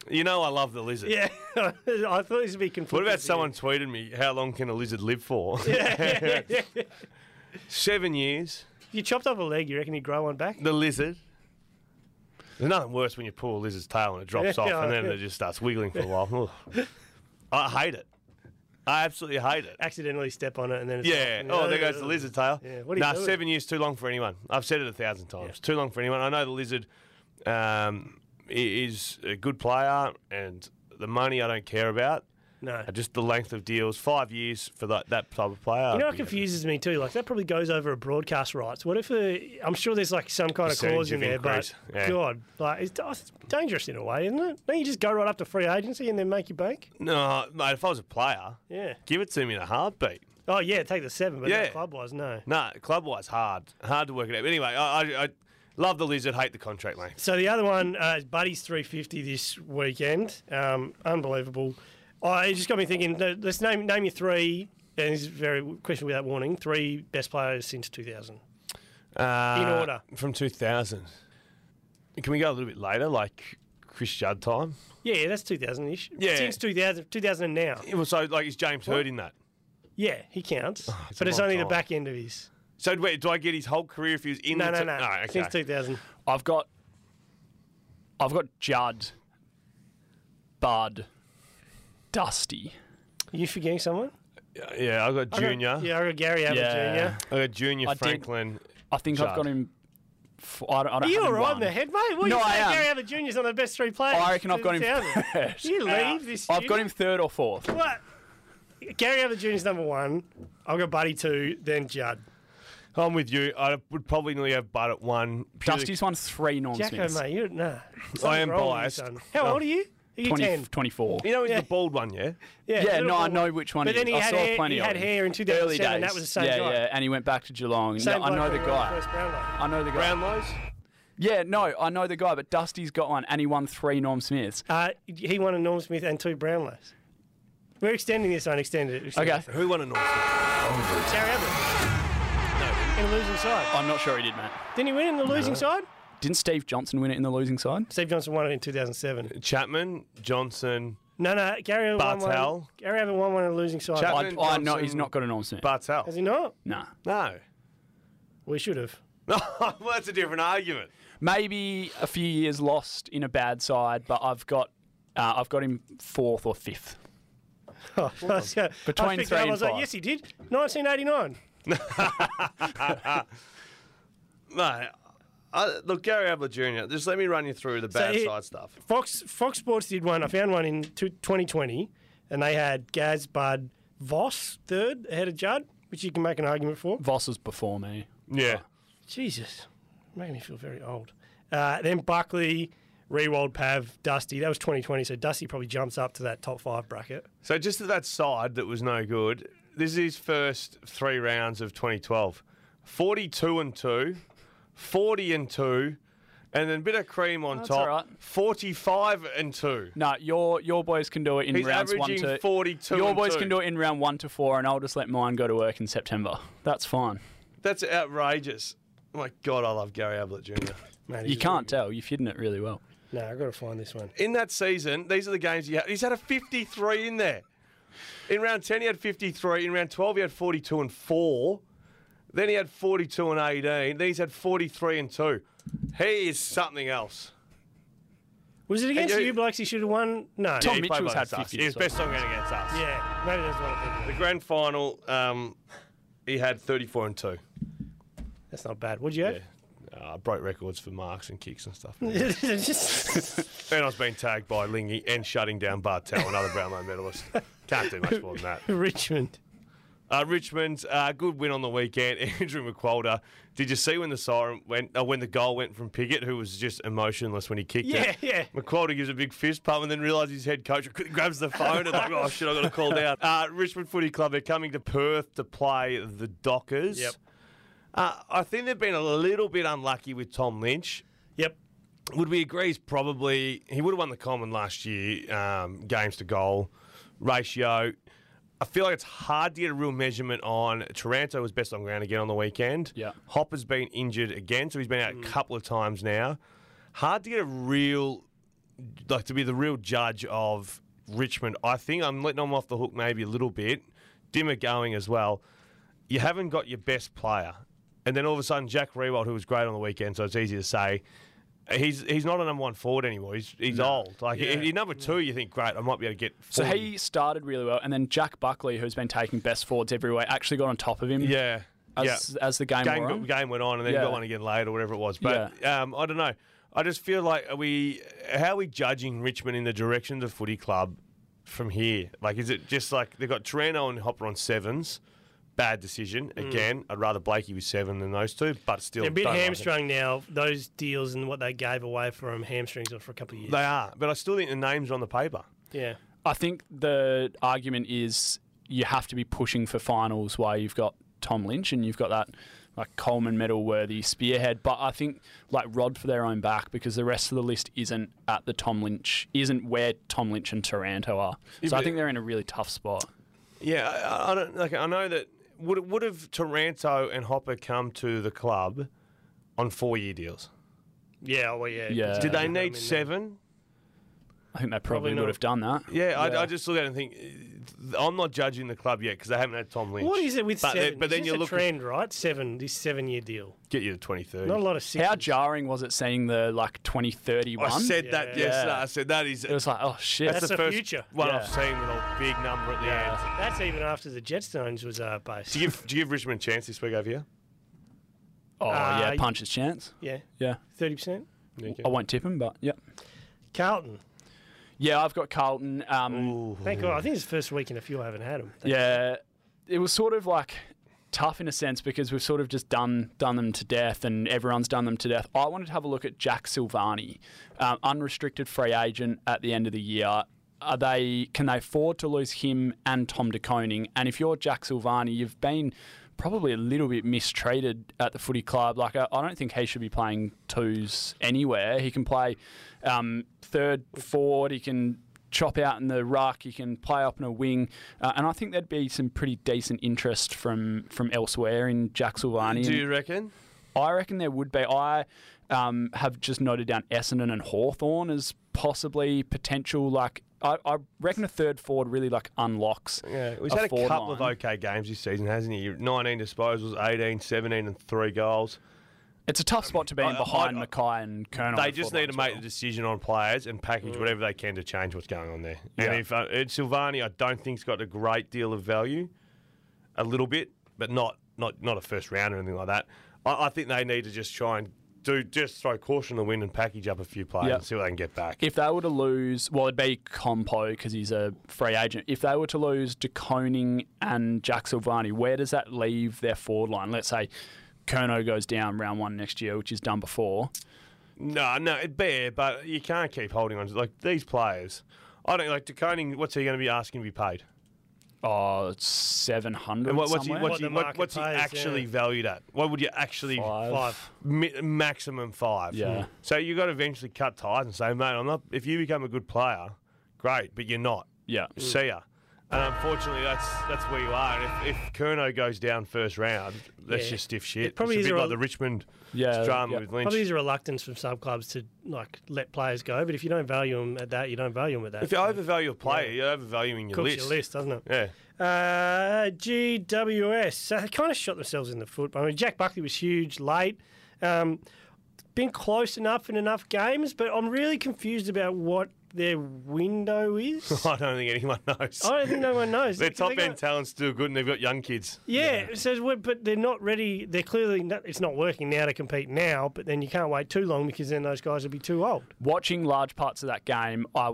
Speaker 2: you know I love the lizard.
Speaker 1: Yeah, I thought this would be confusing.
Speaker 2: What about someone tweeted me, how long can a lizard live for? Seven years.
Speaker 1: You chopped off a leg. You reckon you grow one back?
Speaker 2: The lizard. There's nothing worse when you pull a lizard's tail and it drops
Speaker 1: Yeah,
Speaker 2: off and then
Speaker 1: yeah.
Speaker 2: it just starts wiggling for a while. Ugh. I hate it. I absolutely hate it.
Speaker 1: Accidentally step on it and then it's
Speaker 2: Yeah.
Speaker 1: off.
Speaker 2: Oh, there goes the lizard tail.
Speaker 1: Yeah, what are you
Speaker 2: nah,
Speaker 1: doing?
Speaker 2: seven years too long for anyone. I've said it a thousand times. Too long for anyone. I know the lizard um, i- is a good player, and the money I don't care about.
Speaker 1: No.
Speaker 2: Uh, Just the length of deals, five years for that, that type of player.
Speaker 1: You know
Speaker 2: I'd
Speaker 1: what
Speaker 2: be-
Speaker 1: confuses me too? Like that probably goes over a broadcast rights. What if i I'm sure there's like some kind of clause
Speaker 2: Percentage
Speaker 1: in
Speaker 2: of
Speaker 1: there,
Speaker 2: increase.
Speaker 1: but
Speaker 2: Yeah.
Speaker 1: God, like it's, oh, it's dangerous in a way, isn't it? Don't you just go right up to free agency and then make your bank?
Speaker 2: No, mate, if I was a player,
Speaker 1: Yeah.
Speaker 2: give it to me in a heartbeat.
Speaker 1: Oh yeah, take the seven, but
Speaker 2: Yeah.
Speaker 1: not club wise, no.
Speaker 2: Nah, club wise, hard. Hard to work it out. But anyway, I, I, I love the lizard, hate the contract length.
Speaker 1: So the other one uh, is Buddy's 350 this weekend. Um, unbelievable. I it just got me thinking. no, Let's name name your three. And this is very question without warning. Three best players since 2000.
Speaker 2: Uh,
Speaker 1: In order.
Speaker 2: From 2000. Can we go a little bit later, like Chris Judd time?
Speaker 1: Yeah, yeah, that's 2000 ish.
Speaker 2: Yeah.
Speaker 1: Since 2000, 2000 and now.
Speaker 2: It was so, like, is James Hurd in that?
Speaker 1: Yeah, he counts,
Speaker 3: Oh,
Speaker 2: it's
Speaker 1: but
Speaker 2: a
Speaker 1: it's
Speaker 2: long
Speaker 1: only
Speaker 2: time.
Speaker 1: the back end of his.
Speaker 2: So, wait, do I get his whole career if he was in
Speaker 3: Mm,
Speaker 1: No,
Speaker 2: the
Speaker 1: no,
Speaker 2: t-
Speaker 1: no.
Speaker 2: Oh, okay.
Speaker 1: Since 2000.
Speaker 3: I've got, I've got Judd, Bud, Dusty.
Speaker 1: Are you forgetting someone?
Speaker 2: Yeah, I got
Speaker 1: I got-
Speaker 2: Junior. I got,
Speaker 1: yeah, I got Gary Abbott
Speaker 3: Yeah.
Speaker 1: Jr.
Speaker 2: Junior
Speaker 3: I did-
Speaker 2: Franklin.
Speaker 3: I think I've
Speaker 2: Judd.
Speaker 3: got him. f I don't, I
Speaker 1: Are
Speaker 3: don't
Speaker 1: you
Speaker 3: have
Speaker 1: all
Speaker 3: him
Speaker 1: right in
Speaker 3: one.
Speaker 1: the head, mate? What are
Speaker 3: No,
Speaker 1: you
Speaker 3: I
Speaker 1: saying?
Speaker 3: am.
Speaker 1: Gary Abbott Jr.'s one of the best three players.
Speaker 3: I reckon I've got him
Speaker 1: 2000?
Speaker 3: third.
Speaker 1: you leave this
Speaker 3: I've
Speaker 1: year?
Speaker 3: got him third or fourth.
Speaker 1: What? Gary Abbott Jr.'s number one. I've got Buddy two, then Judd.
Speaker 2: I'm with you. I would probably nearly have Bud at one. purely-
Speaker 3: Dusty's won three Norm
Speaker 1: Jacko,
Speaker 3: Smiths.
Speaker 1: mate, you're nah.
Speaker 2: I am
Speaker 1: Something's wrong with you,
Speaker 2: biased.
Speaker 1: son. How
Speaker 2: Oh.
Speaker 1: old are you? Are you
Speaker 3: 20,
Speaker 1: ten?
Speaker 3: 24.
Speaker 2: You know, he's
Speaker 1: Yeah.
Speaker 2: the bald one, yeah?
Speaker 3: Yeah,
Speaker 1: little
Speaker 3: no, I
Speaker 1: boy.
Speaker 3: know which one
Speaker 1: But
Speaker 3: he
Speaker 1: then
Speaker 3: is.
Speaker 1: he
Speaker 3: I
Speaker 1: had
Speaker 3: saw
Speaker 1: hair.
Speaker 3: plenty
Speaker 1: He
Speaker 3: of
Speaker 1: had
Speaker 3: them.
Speaker 1: hair in
Speaker 3: Early
Speaker 1: 2007.
Speaker 3: days.
Speaker 1: That was the same
Speaker 3: yeah,
Speaker 1: guy.
Speaker 3: yeah, and he went back to Geelong.
Speaker 1: Same
Speaker 3: No, I
Speaker 1: bloke
Speaker 3: know the
Speaker 1: from
Speaker 3: guy.
Speaker 1: First Brownlow.
Speaker 3: I know the guy.
Speaker 2: Brownlow's?
Speaker 3: Yeah, no, I know the guy, but Dusty's got one, and he won three Norm Smiths.
Speaker 1: Uh, he won a Norm Smith and two Brownlows. We're extending this one. Extend it. extend
Speaker 3: Okay,
Speaker 1: it.
Speaker 2: Who won a North?
Speaker 1: Terry Abbott. No. In the losing side.
Speaker 3: I'm not sure he did, mate.
Speaker 1: Didn't he win in the losing side?
Speaker 3: Didn't Steve Johnson win it in the losing side?
Speaker 1: Steve Johnson won it in 2007.
Speaker 2: Chapman, Johnson,
Speaker 1: No, no. Gary Abbott won one.
Speaker 2: Bartel.
Speaker 1: Gary Abbott won one in the losing side.
Speaker 2: Chapman.
Speaker 3: I,
Speaker 2: Evan
Speaker 3: I know he's
Speaker 2: Johnson-
Speaker 3: not got a Norm Smith.
Speaker 2: Bartel.
Speaker 1: Has he not?
Speaker 3: nah.
Speaker 2: No.
Speaker 1: We should have.
Speaker 2: well, that's a different argument.
Speaker 3: Maybe a few years lost in a bad side, but I've got uh, I've got him fourth or fifth.
Speaker 1: Oh, I was, uh,
Speaker 3: Between
Speaker 1: I picked it
Speaker 3: three
Speaker 1: up,
Speaker 3: and
Speaker 1: I was like,
Speaker 3: five.
Speaker 1: yes, he did. 1989.
Speaker 2: No. I, look, Gary Ablett Jr., just let me run you through the bad
Speaker 1: he-
Speaker 2: side stuff.
Speaker 1: Fox Fox Sports did one. I found one in two- 2020, and they had Gaz Bud Voss third ahead of Judd, which you can make an argument for.
Speaker 3: Voss was before me.
Speaker 2: Yeah.
Speaker 1: Jesus, making me feel very old. Uh, then Buckley, Rewald, Pav, Dusty. That was 2020, so Dusty probably jumps up to that top five bracket.
Speaker 2: So just at that side that was no good, this is his first three rounds of 2012. 42 and 2, 40 and 2, and then a bit of cream on
Speaker 3: That's
Speaker 2: top.
Speaker 3: all right.
Speaker 2: 45 and 2.
Speaker 3: No, your your boys can do it in
Speaker 2: He's
Speaker 3: rounds one
Speaker 2: averaging
Speaker 3: to
Speaker 2: 42
Speaker 3: Your
Speaker 2: and
Speaker 3: boys
Speaker 2: two.
Speaker 3: can do it in round one to four, and I'll just let mine go to work in September. That's fine.
Speaker 2: That's outrageous. My God, I love Gary Ablett Jr.
Speaker 1: Man,
Speaker 3: You
Speaker 1: he's-
Speaker 3: can't tell. You've hidden it really well.
Speaker 1: No, I've got to find this one.
Speaker 2: In that season, these are the games he had. He's had a 53 in there. In round 10, he had 53. In round 12, he had 42 and 4. Then he had 42 and 18. Then he's had 43 and 2. He is something else.
Speaker 1: Was it against
Speaker 2: you-
Speaker 1: you blokes he should have won? No.
Speaker 3: Tom
Speaker 2: He played
Speaker 3: Mitchell's
Speaker 2: well
Speaker 3: had
Speaker 2: against us.
Speaker 3: 50
Speaker 2: He was
Speaker 3: as well.
Speaker 2: best on going against us.
Speaker 1: Yeah, maybe that's what I'm
Speaker 2: The
Speaker 1: thinking.
Speaker 2: grand final, um, he had 34 and 2.
Speaker 1: That's not bad. Would you have?
Speaker 2: Yeah. Uh, I broke records for marks and kicks and stuff. and
Speaker 1: Just-
Speaker 2: I was being tagged by Lingy and shutting down Bartel, another Brownlow medalist. Can't do much more than that.
Speaker 1: Richmond.
Speaker 2: Uh, Richmond, uh, good win on the weekend. Andrew McWalder. Did you see when the siren went? Uh, when the goal went from Pickett, who was just emotionless when he kicked
Speaker 1: Yeah,
Speaker 2: it.
Speaker 1: yeah.
Speaker 2: McWalder gives a big fist pump and then realises his head coach grabs the phone and like, oh shit, I got to call down. Uh, Richmond Footy Club. They're coming to Perth to play the Dockers.
Speaker 1: Yep.
Speaker 2: Uh, I think they've been a little bit unlucky with Tom Lynch.
Speaker 1: Yep.
Speaker 2: Would we agree? He's probably he would have won the common last year, um, games to goal ratio. I feel like it's hard to get a real measurement on. Toronto was best on ground again on the weekend.
Speaker 3: Yeah.
Speaker 2: Hopper's been injured again, so he's been out a couple of times now. Hard to get a real, like to be the real judge of Richmond. I think I'm letting them off the hook maybe a little bit. Dimmer going as well. You haven't got your best player, and then all of a sudden Jack Rewald, who was great on the weekend, so it's easy to say. He's he's not a number one forward anymore. He's he's old. Like
Speaker 1: Yeah.
Speaker 2: if you're number two, you think great. I might be able to get. 40.
Speaker 3: So he started really well, and then Jack Buckley, who's been taking best forwards everywhere, actually got on top of him
Speaker 2: yeah
Speaker 3: as, as the game,
Speaker 2: game
Speaker 3: wore
Speaker 2: got,
Speaker 3: on.
Speaker 2: game went on, and then
Speaker 3: Yeah.
Speaker 2: got one again later, or whatever it was. But um, I don't know. I just feel like are we how are we judging Richmond in the direction of the footy club from here? Like, is it just like they've got Torino and Hopper on sevens? Bad decision. Again, I'd rather Blakey with seven than those two, but still.
Speaker 1: They're a bit
Speaker 2: don't like it.
Speaker 1: hamstrung now. Those deals and what they gave away from hamstrings for a couple of years.
Speaker 2: They are, but I still think the names are on the paper.
Speaker 1: yeah.
Speaker 3: I think the argument is you have to be pushing for finals while you've got Tom Lynch and you've got that like Coleman medal worthy spearhead. But I think like Rod for their own back because the rest of the list isn't at the Tom Lynch isn't where Tom Lynch and Taranto are.
Speaker 2: Yeah,
Speaker 3: So I
Speaker 2: but-
Speaker 3: think they're in a really tough spot.
Speaker 2: Yeah, I, I don't like. I know that would would have Taranto and Hopper come to the club on four year deals.
Speaker 1: Yeah, well, yeah.
Speaker 3: Yeah.
Speaker 2: Did
Speaker 1: I
Speaker 2: oh, they
Speaker 1: mean,
Speaker 2: need
Speaker 1: they-
Speaker 2: seven?
Speaker 3: I think they probably,
Speaker 1: not.
Speaker 3: would have done that.
Speaker 2: Yeah,
Speaker 1: Yeah.
Speaker 2: I, I just look at it and think eh, I'm not judging the club yet because they haven't had Tom Lynch.
Speaker 1: What is it with
Speaker 2: but
Speaker 1: seven?
Speaker 2: Then, but then you
Speaker 1: a
Speaker 2: look
Speaker 1: trend, right? Seven, this seven-year deal.
Speaker 2: get you to 23.
Speaker 1: Not a lot of six.
Speaker 3: How jarring was it seeing the like 2031?
Speaker 2: I said that
Speaker 1: Yeah.
Speaker 2: yesterday. I said that is
Speaker 3: it was like, oh shit.
Speaker 1: That's the
Speaker 2: the first
Speaker 1: future.
Speaker 2: one
Speaker 3: Yeah.
Speaker 2: I've seen with a big number at the
Speaker 3: Yeah.
Speaker 2: end.
Speaker 1: That's even after the Jetstones was uh, based.
Speaker 2: Do you give do you give Richmond a chance this week over here?
Speaker 3: oh
Speaker 1: Uh,
Speaker 3: yeah, punch his chance.
Speaker 1: yeah,
Speaker 3: Yeah.
Speaker 1: thirty percent.
Speaker 2: There you go.
Speaker 3: I won't tip him, but yeah.
Speaker 1: Carlton.
Speaker 3: Yeah, I've got Carlton. Um,
Speaker 1: Thank God. I think it's the first week in a few I haven't had them.
Speaker 3: yeah, it was sort of like tough in a sense because we've sort of just done done them to death, and everyone's done them to death. I wanted to have a look at Jack Silvani, um, unrestricted free agent at the end of the year. Are they can they afford to lose him and Tom DeConing? And if you're Jack Silvani, you've been probably a little bit mistreated at the footy club. Like I, I don't think he should be playing twos anywhere. He can play um, third, forward. He can chop out in the ruck. He can play up in a wing, uh, and I think there'd be some pretty decent interest from from elsewhere in Jack Silvani.
Speaker 2: Do
Speaker 3: And
Speaker 2: you reckon?
Speaker 3: I reckon there would be. I um, have just noted down Essendon and Hawthorn as possibly potential. Like I, I reckon a third forward really like unlocks.
Speaker 2: Yeah, he's
Speaker 3: a
Speaker 2: had a
Speaker 3: forward
Speaker 2: couple of
Speaker 3: line.
Speaker 2: okay games this season, hasn't he? 19 disposals, 18, 17, and three goals.
Speaker 3: It's a tough spot to be in
Speaker 2: I- I-
Speaker 3: behind
Speaker 2: I-
Speaker 3: Mackay and Colonel.
Speaker 2: they just need to make the decision on players and package whatever they can to change what's going on there.
Speaker 3: Mm. Yeah.
Speaker 2: And if uh, Ed Silvani, I don't think's got a great deal of value, a little bit, but not not not a first round or anything like that. I, I think they need to just try and do just throw caution to the wind and package up a few players
Speaker 3: Yeah.
Speaker 2: and see what they can get back.
Speaker 3: If they were to lose, well, it'd be Compo because he's a free agent. If they were to lose DeConing and Jack Silvani, where does that leave their forward line? Let's say Kerno goes down round one next year, which is done before.
Speaker 2: No, no, it'd be, but you can't keep holding on to like these players. I don't like DeConing. What's he going to be asking to be paid?
Speaker 3: Oh, it's 700.
Speaker 2: And what, what's he,
Speaker 3: somewhere.
Speaker 2: what's,
Speaker 1: What
Speaker 2: he,
Speaker 1: the
Speaker 2: what,
Speaker 1: market
Speaker 2: what's he
Speaker 1: pays,
Speaker 2: actually
Speaker 1: yeah.
Speaker 2: valued at? What would you actually
Speaker 3: Five.
Speaker 1: Five.
Speaker 2: mi- maximum five.
Speaker 1: Hmm.
Speaker 3: Yeah.
Speaker 2: So you got to eventually cut ties and say, mate, I'm not. If you become a good player, great, but you're not.
Speaker 3: Yeah.
Speaker 1: Hmm.
Speaker 2: See ya. And unfortunately, that's that's where you are. And if, if Kerno goes down first round, that's
Speaker 1: Yeah.
Speaker 2: just stiff shit.
Speaker 1: It probably
Speaker 2: it's
Speaker 1: is a
Speaker 2: a bit
Speaker 1: rel- Uh,
Speaker 2: like the Richmond
Speaker 3: Yeah,
Speaker 2: drama
Speaker 3: yeah.
Speaker 2: with Lynch.
Speaker 1: Probably is a reluctance from some clubs to like let players go, but if you don't value them at that, you don't value them at that.
Speaker 2: if you overvalue a player, you're overvaluing your
Speaker 1: cooks
Speaker 2: list.
Speaker 1: your list, doesn't it?
Speaker 2: Yeah.
Speaker 1: Uh, GWS. Uh, they kind of shot themselves in the foot. I mean, Jack Buckley was huge late. Um, been close enough in enough games, but I'm really confused about what their window is.
Speaker 2: I don't think anyone knows.
Speaker 1: I don't think no one knows.
Speaker 2: Their
Speaker 1: Because they
Speaker 2: top end
Speaker 1: got-
Speaker 2: talent's still good, and they've got young kids.
Speaker 1: Yeah, so we- but they're not ready. They're clearly not, it's not working now to compete now. But then you can't wait too long because then those guys will be too old.
Speaker 3: Watching large parts of that game, I,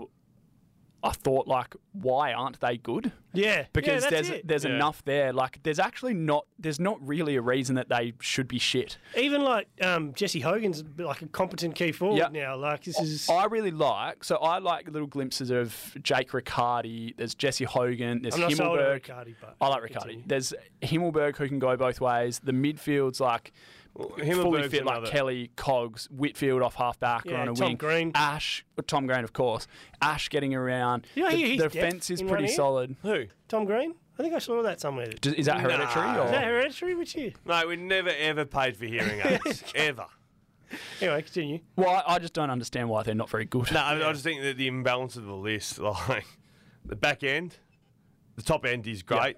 Speaker 3: I thought, like, why aren't they good?
Speaker 1: Yeah,
Speaker 3: Because
Speaker 1: yeah, that's
Speaker 3: there's
Speaker 1: it.
Speaker 3: there's
Speaker 2: Yeah.
Speaker 3: enough there. Like, there's actually not there's not really a reason that they should be shit.
Speaker 1: even like um, Jesse Hogan's like a competent key forward
Speaker 3: Yeah.
Speaker 1: now.
Speaker 3: Oh,
Speaker 1: Like this is
Speaker 3: I really like. So I like little glimpses of Jake Riccardi. There's Jesse Hogan. There's
Speaker 1: I'm not sold on
Speaker 3: Himmelberg. Oh.
Speaker 1: Riccardi, but
Speaker 3: I like Riccardi. There's Himmelberg who can go both ways. The midfield's like fully
Speaker 2: Himmelberg's
Speaker 3: fit, like
Speaker 2: another-
Speaker 3: Kelly, Cogs, Whitfield off halfback or
Speaker 1: Yeah,
Speaker 3: on a
Speaker 1: Tom
Speaker 3: wing.
Speaker 1: Green.
Speaker 3: Ash, Tom Green, of course. Ash getting around.
Speaker 1: You know,
Speaker 3: the
Speaker 1: he- he's
Speaker 3: the
Speaker 1: deaf
Speaker 3: fence is
Speaker 1: in one
Speaker 3: pretty
Speaker 1: ear.
Speaker 3: solid.
Speaker 2: Who?
Speaker 1: Tom Green. I think I saw that somewhere.
Speaker 3: Does- Is that hereditary?
Speaker 2: Nah.
Speaker 3: Or?
Speaker 1: Is that hereditary? Which year?
Speaker 2: No, we never ever paid for hearing aids ever.
Speaker 1: Anyway, continue.
Speaker 3: well, I, I just don't understand why they're not very good.
Speaker 2: No, I, mean, I just think that the imbalance of the list, like the back end, the top end is great,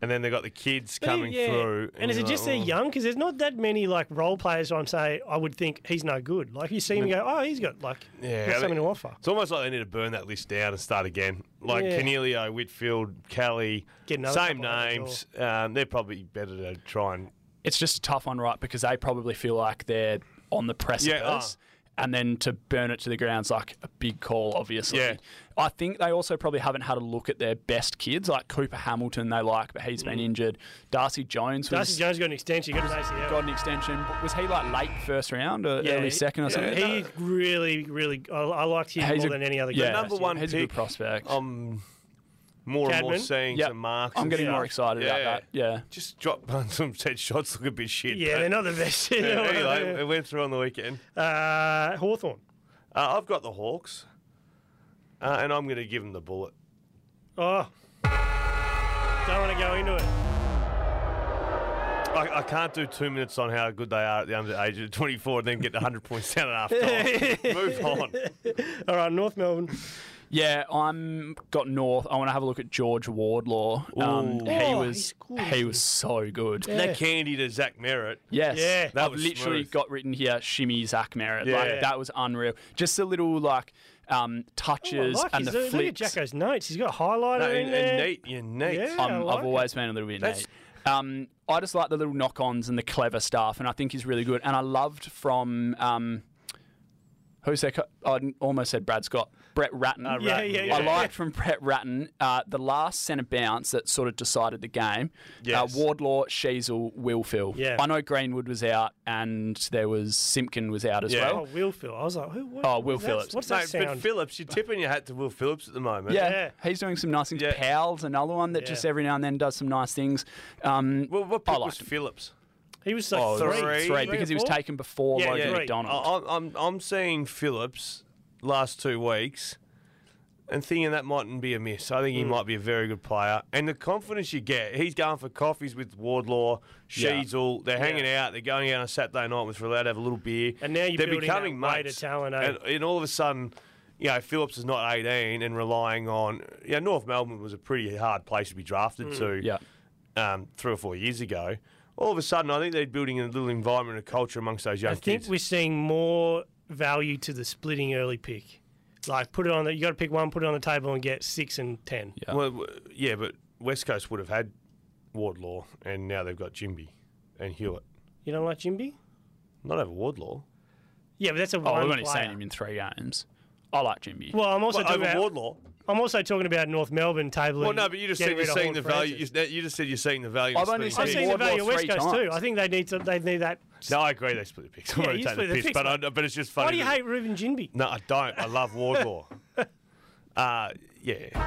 Speaker 2: and then they got the kids coming
Speaker 1: Yeah.
Speaker 2: through.
Speaker 1: And is
Speaker 2: you're
Speaker 1: it just
Speaker 2: like,
Speaker 1: they're young? Because there's not that many like role players. I'm saying I would think he's no good. Like you see
Speaker 3: Mm.
Speaker 1: him go, oh, he's got like
Speaker 2: "Oh." Yeah,
Speaker 1: got
Speaker 2: I think-
Speaker 1: something to offer.
Speaker 2: It's almost like they need to burn that list down and start again. Like
Speaker 1: Yeah.
Speaker 2: Cornelio, Whitfield, Kelly,
Speaker 1: Get another
Speaker 2: same
Speaker 1: couple of those
Speaker 2: names. Um, they're probably better to try and
Speaker 3: it's just a tough one, right? Because they probably feel like they're on the precipice.
Speaker 2: Yeah, ah.
Speaker 3: and then to burn it to the ground's like a big call, obviously.
Speaker 2: Yeah.
Speaker 3: I think they also probably haven't had a look at their best kids, like Cooper Hamilton. They like, but he's been injured. Darcy Jones was
Speaker 1: Darcy Jones got an extension. He got an ACL.
Speaker 3: got an extension. but Was he like late first round or early second or something?
Speaker 1: He really, really. I, I liked him
Speaker 3: He's
Speaker 1: more
Speaker 3: a-
Speaker 1: than any other.
Speaker 3: yeah,
Speaker 1: guy.
Speaker 2: number one
Speaker 3: he's a
Speaker 2: pick.
Speaker 3: good prospect.
Speaker 2: Um, more and more
Speaker 1: Cadman?
Speaker 2: seeing
Speaker 3: Yep.
Speaker 2: some marks.
Speaker 3: I'm
Speaker 2: and
Speaker 3: getting
Speaker 2: stuff.
Speaker 3: more excited about
Speaker 2: Yeah.
Speaker 3: that. Yeah.
Speaker 2: Just drop some set shots look a bit shit.
Speaker 1: Yeah,
Speaker 2: but-
Speaker 1: they're not the best. You know what I
Speaker 2: anyway,
Speaker 1: mean?
Speaker 2: it went through on the weekend.
Speaker 1: uh, Hawthorne.
Speaker 2: Uh, I've got the Hawks, uh, and I'm going to give them the bullet.
Speaker 1: Oh, don't want to go into it.
Speaker 2: I, I can't do two minutes on how good they are at the under age of 24 and then get the 100 points down at half time. Move on.
Speaker 1: All right, North Melbourne.
Speaker 3: Yeah, I'm got North. I want to have a look at George Wardlaw. Um,
Speaker 2: Ooh.
Speaker 3: he
Speaker 1: Oh, he's
Speaker 3: was
Speaker 1: good,
Speaker 3: he was so good.
Speaker 2: That candy to Zach Merritt.
Speaker 3: Yes.
Speaker 1: Yeah.
Speaker 2: That
Speaker 3: I've
Speaker 2: was
Speaker 3: literally
Speaker 2: smooth.
Speaker 3: got written here shimmy Zach Merritt.
Speaker 2: Yeah.
Speaker 3: Like that was unreal. Just the little like um,
Speaker 1: Oh, I
Speaker 3: touches
Speaker 1: like
Speaker 3: and
Speaker 1: his,
Speaker 3: the
Speaker 1: look at
Speaker 3: flips.
Speaker 1: Jacko's notes. He's got a highlighter
Speaker 2: No,
Speaker 1: in
Speaker 2: and,
Speaker 1: there.
Speaker 2: and Oh, neat, you're neat.
Speaker 1: Yeah.
Speaker 3: I'm,
Speaker 1: I
Speaker 3: I've
Speaker 1: like it.
Speaker 3: always been a little bit
Speaker 2: That's-
Speaker 3: neat. Um, I just like the little knock-ons and the clever stuff, and I think he's really good. And I loved from um, who's that? co- I almost said Brad Scott, Brett Oh, Ratton.
Speaker 1: Yeah, Ratton, yeah, yeah.
Speaker 3: I liked from Brett Ratton uh, the last centre bounce that sort of decided the game.
Speaker 2: Yes.
Speaker 3: Uh, Wardlaw, Sheasel, Wilfield.
Speaker 1: Yeah.
Speaker 3: I know Greenwood was out, and there was Simpkin was out as
Speaker 2: Yeah.
Speaker 3: well.
Speaker 1: Oh, Will Phil. I was like, who? What,
Speaker 3: Oh, Will
Speaker 1: that's-
Speaker 3: Phillips.
Speaker 1: What's
Speaker 2: No,
Speaker 1: that
Speaker 2: but
Speaker 1: sound?
Speaker 2: Phillips, you're tipping your hat to Will Phillips at the moment.
Speaker 3: Yeah,
Speaker 1: Yeah.
Speaker 3: he's doing some nice things.
Speaker 2: Yeah.
Speaker 3: Powell's another one that
Speaker 1: Yeah.
Speaker 3: just every now and then does some nice things. Um,
Speaker 2: Well, what
Speaker 3: I
Speaker 2: pick was
Speaker 3: liked him.
Speaker 2: Phillips?
Speaker 1: he was like
Speaker 3: Oh,
Speaker 1: three.
Speaker 2: three.
Speaker 3: three because he was
Speaker 1: Four?
Speaker 3: taken before
Speaker 1: Yeah, Oh,
Speaker 3: Logan
Speaker 1: yeah.
Speaker 2: I,
Speaker 3: McDonald.
Speaker 2: I'm, I'm, I'm seeing Phillips last two weeks and thinking that mightn't be a miss. I
Speaker 1: Hmm.
Speaker 2: think he might be a very good player. And the confidence you get, he's going for coffees with Wardlaw,
Speaker 3: Yeah.
Speaker 2: Sheasel. They're hanging out. They're going out on a Saturday night with allowed to have a little beer.
Speaker 1: And now you're
Speaker 2: they're
Speaker 1: building
Speaker 2: becoming
Speaker 1: that weight
Speaker 2: mates.
Speaker 1: of talent, eh?
Speaker 2: And, and all of a sudden, you know, Phillips is not 18 and relying on. Yeah, North Melbourne was a pretty hard place to be drafted
Speaker 1: Hmm. oh.
Speaker 2: to
Speaker 3: Yeah.
Speaker 2: um, three or four years ago. All of a sudden, I think they're building a little environment and culture amongst those young
Speaker 1: I think
Speaker 2: kids.
Speaker 1: we're seeing more value to the splitting early pick. Like put it on the you got to pick one, put it on the table, and get six and ten.
Speaker 3: Yeah.
Speaker 2: Well, w- yeah, but West Coast would have had Wardlaw, and now they've got Jimby and Hewitt.
Speaker 1: You don't like Jimby?
Speaker 2: Not over Wardlaw.
Speaker 1: Yeah, but that's a
Speaker 3: Oh,
Speaker 1: one
Speaker 3: we've only
Speaker 1: player.
Speaker 3: seen him in three games. I like Jimby.
Speaker 1: Well, I'm also
Speaker 2: Well,
Speaker 1: talking
Speaker 2: over
Speaker 1: about
Speaker 2: Wardlaw.
Speaker 1: I'm also talking about North Melbourne table.
Speaker 2: Well, no, but you just said you're seeing the value. You, s- you just said you're seeing the value. in
Speaker 3: I've only
Speaker 1: I've
Speaker 2: splitting
Speaker 3: Hey,
Speaker 1: seen
Speaker 2: picks.
Speaker 1: the
Speaker 3: Wardlaw
Speaker 1: value of West
Speaker 3: three
Speaker 1: Coast too.
Speaker 3: times.
Speaker 1: I think they need to. They need that.
Speaker 2: No, I agree. They split the picks. I'm
Speaker 1: Yeah,
Speaker 2: going
Speaker 1: you
Speaker 2: to take
Speaker 1: split
Speaker 2: the
Speaker 1: the
Speaker 2: piss,
Speaker 1: picks,
Speaker 2: but, I,
Speaker 1: mate.
Speaker 2: but it's just funny.
Speaker 1: Why do you
Speaker 2: that-
Speaker 1: hate Reuben Jinby?
Speaker 2: No, I don't. I love Wardlaw. uh, yeah.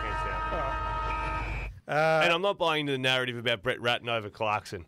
Speaker 2: hands down.
Speaker 1: Uh,
Speaker 2: and I'm not buying into the narrative about Brett Ratton over Clarkson.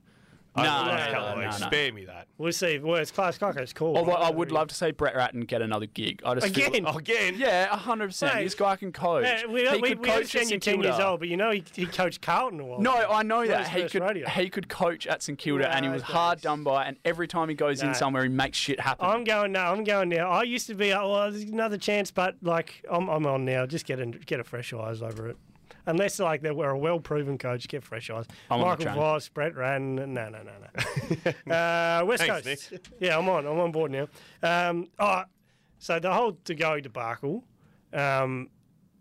Speaker 2: over
Speaker 3: No,
Speaker 2: the last
Speaker 1: no,
Speaker 2: couple
Speaker 1: no,
Speaker 2: of
Speaker 3: no,
Speaker 2: weeks.
Speaker 3: no.
Speaker 2: Spare me that.
Speaker 1: We'll see. Well, it's Clark Cocker's cool.
Speaker 3: Although Oh, I would love to see Brett Ratton get another gig. I just feel-
Speaker 1: Again?
Speaker 2: Again,
Speaker 3: yeah, hundred percent.
Speaker 1: Mate.
Speaker 3: This guy can coach.
Speaker 1: Yeah, we don't,
Speaker 3: he
Speaker 1: we,
Speaker 3: could
Speaker 1: we
Speaker 3: coach at
Speaker 1: understand you're
Speaker 3: St
Speaker 1: 10 years
Speaker 3: Kilda.
Speaker 1: old, but you know he, he coached Carlton a while.
Speaker 3: No,
Speaker 1: ago.
Speaker 3: I know that
Speaker 1: his
Speaker 3: he
Speaker 1: first
Speaker 3: could
Speaker 1: rodeo.
Speaker 3: he could coach at St Kilda, and he was
Speaker 1: Nowadays.
Speaker 3: hard done by. And every time he goes
Speaker 1: No.
Speaker 3: in somewhere, he makes shit happen.
Speaker 1: I'm going now. I'm going now. I used to be, oh, well, there's another chance, but like I'm, I'm on now. Just get a, get a fresh eyes over it. Unless like they were a well-proven coach, get fresh eyes.
Speaker 3: I'm on the
Speaker 1: Michael
Speaker 3: train.
Speaker 1: Voss, Brett Ratton. No, no, no, no. uh, West
Speaker 2: Thanks,
Speaker 1: Coast. Yeah, I'm on. I'm on board now. Um, all right. So the whole Degoe debacle. Um,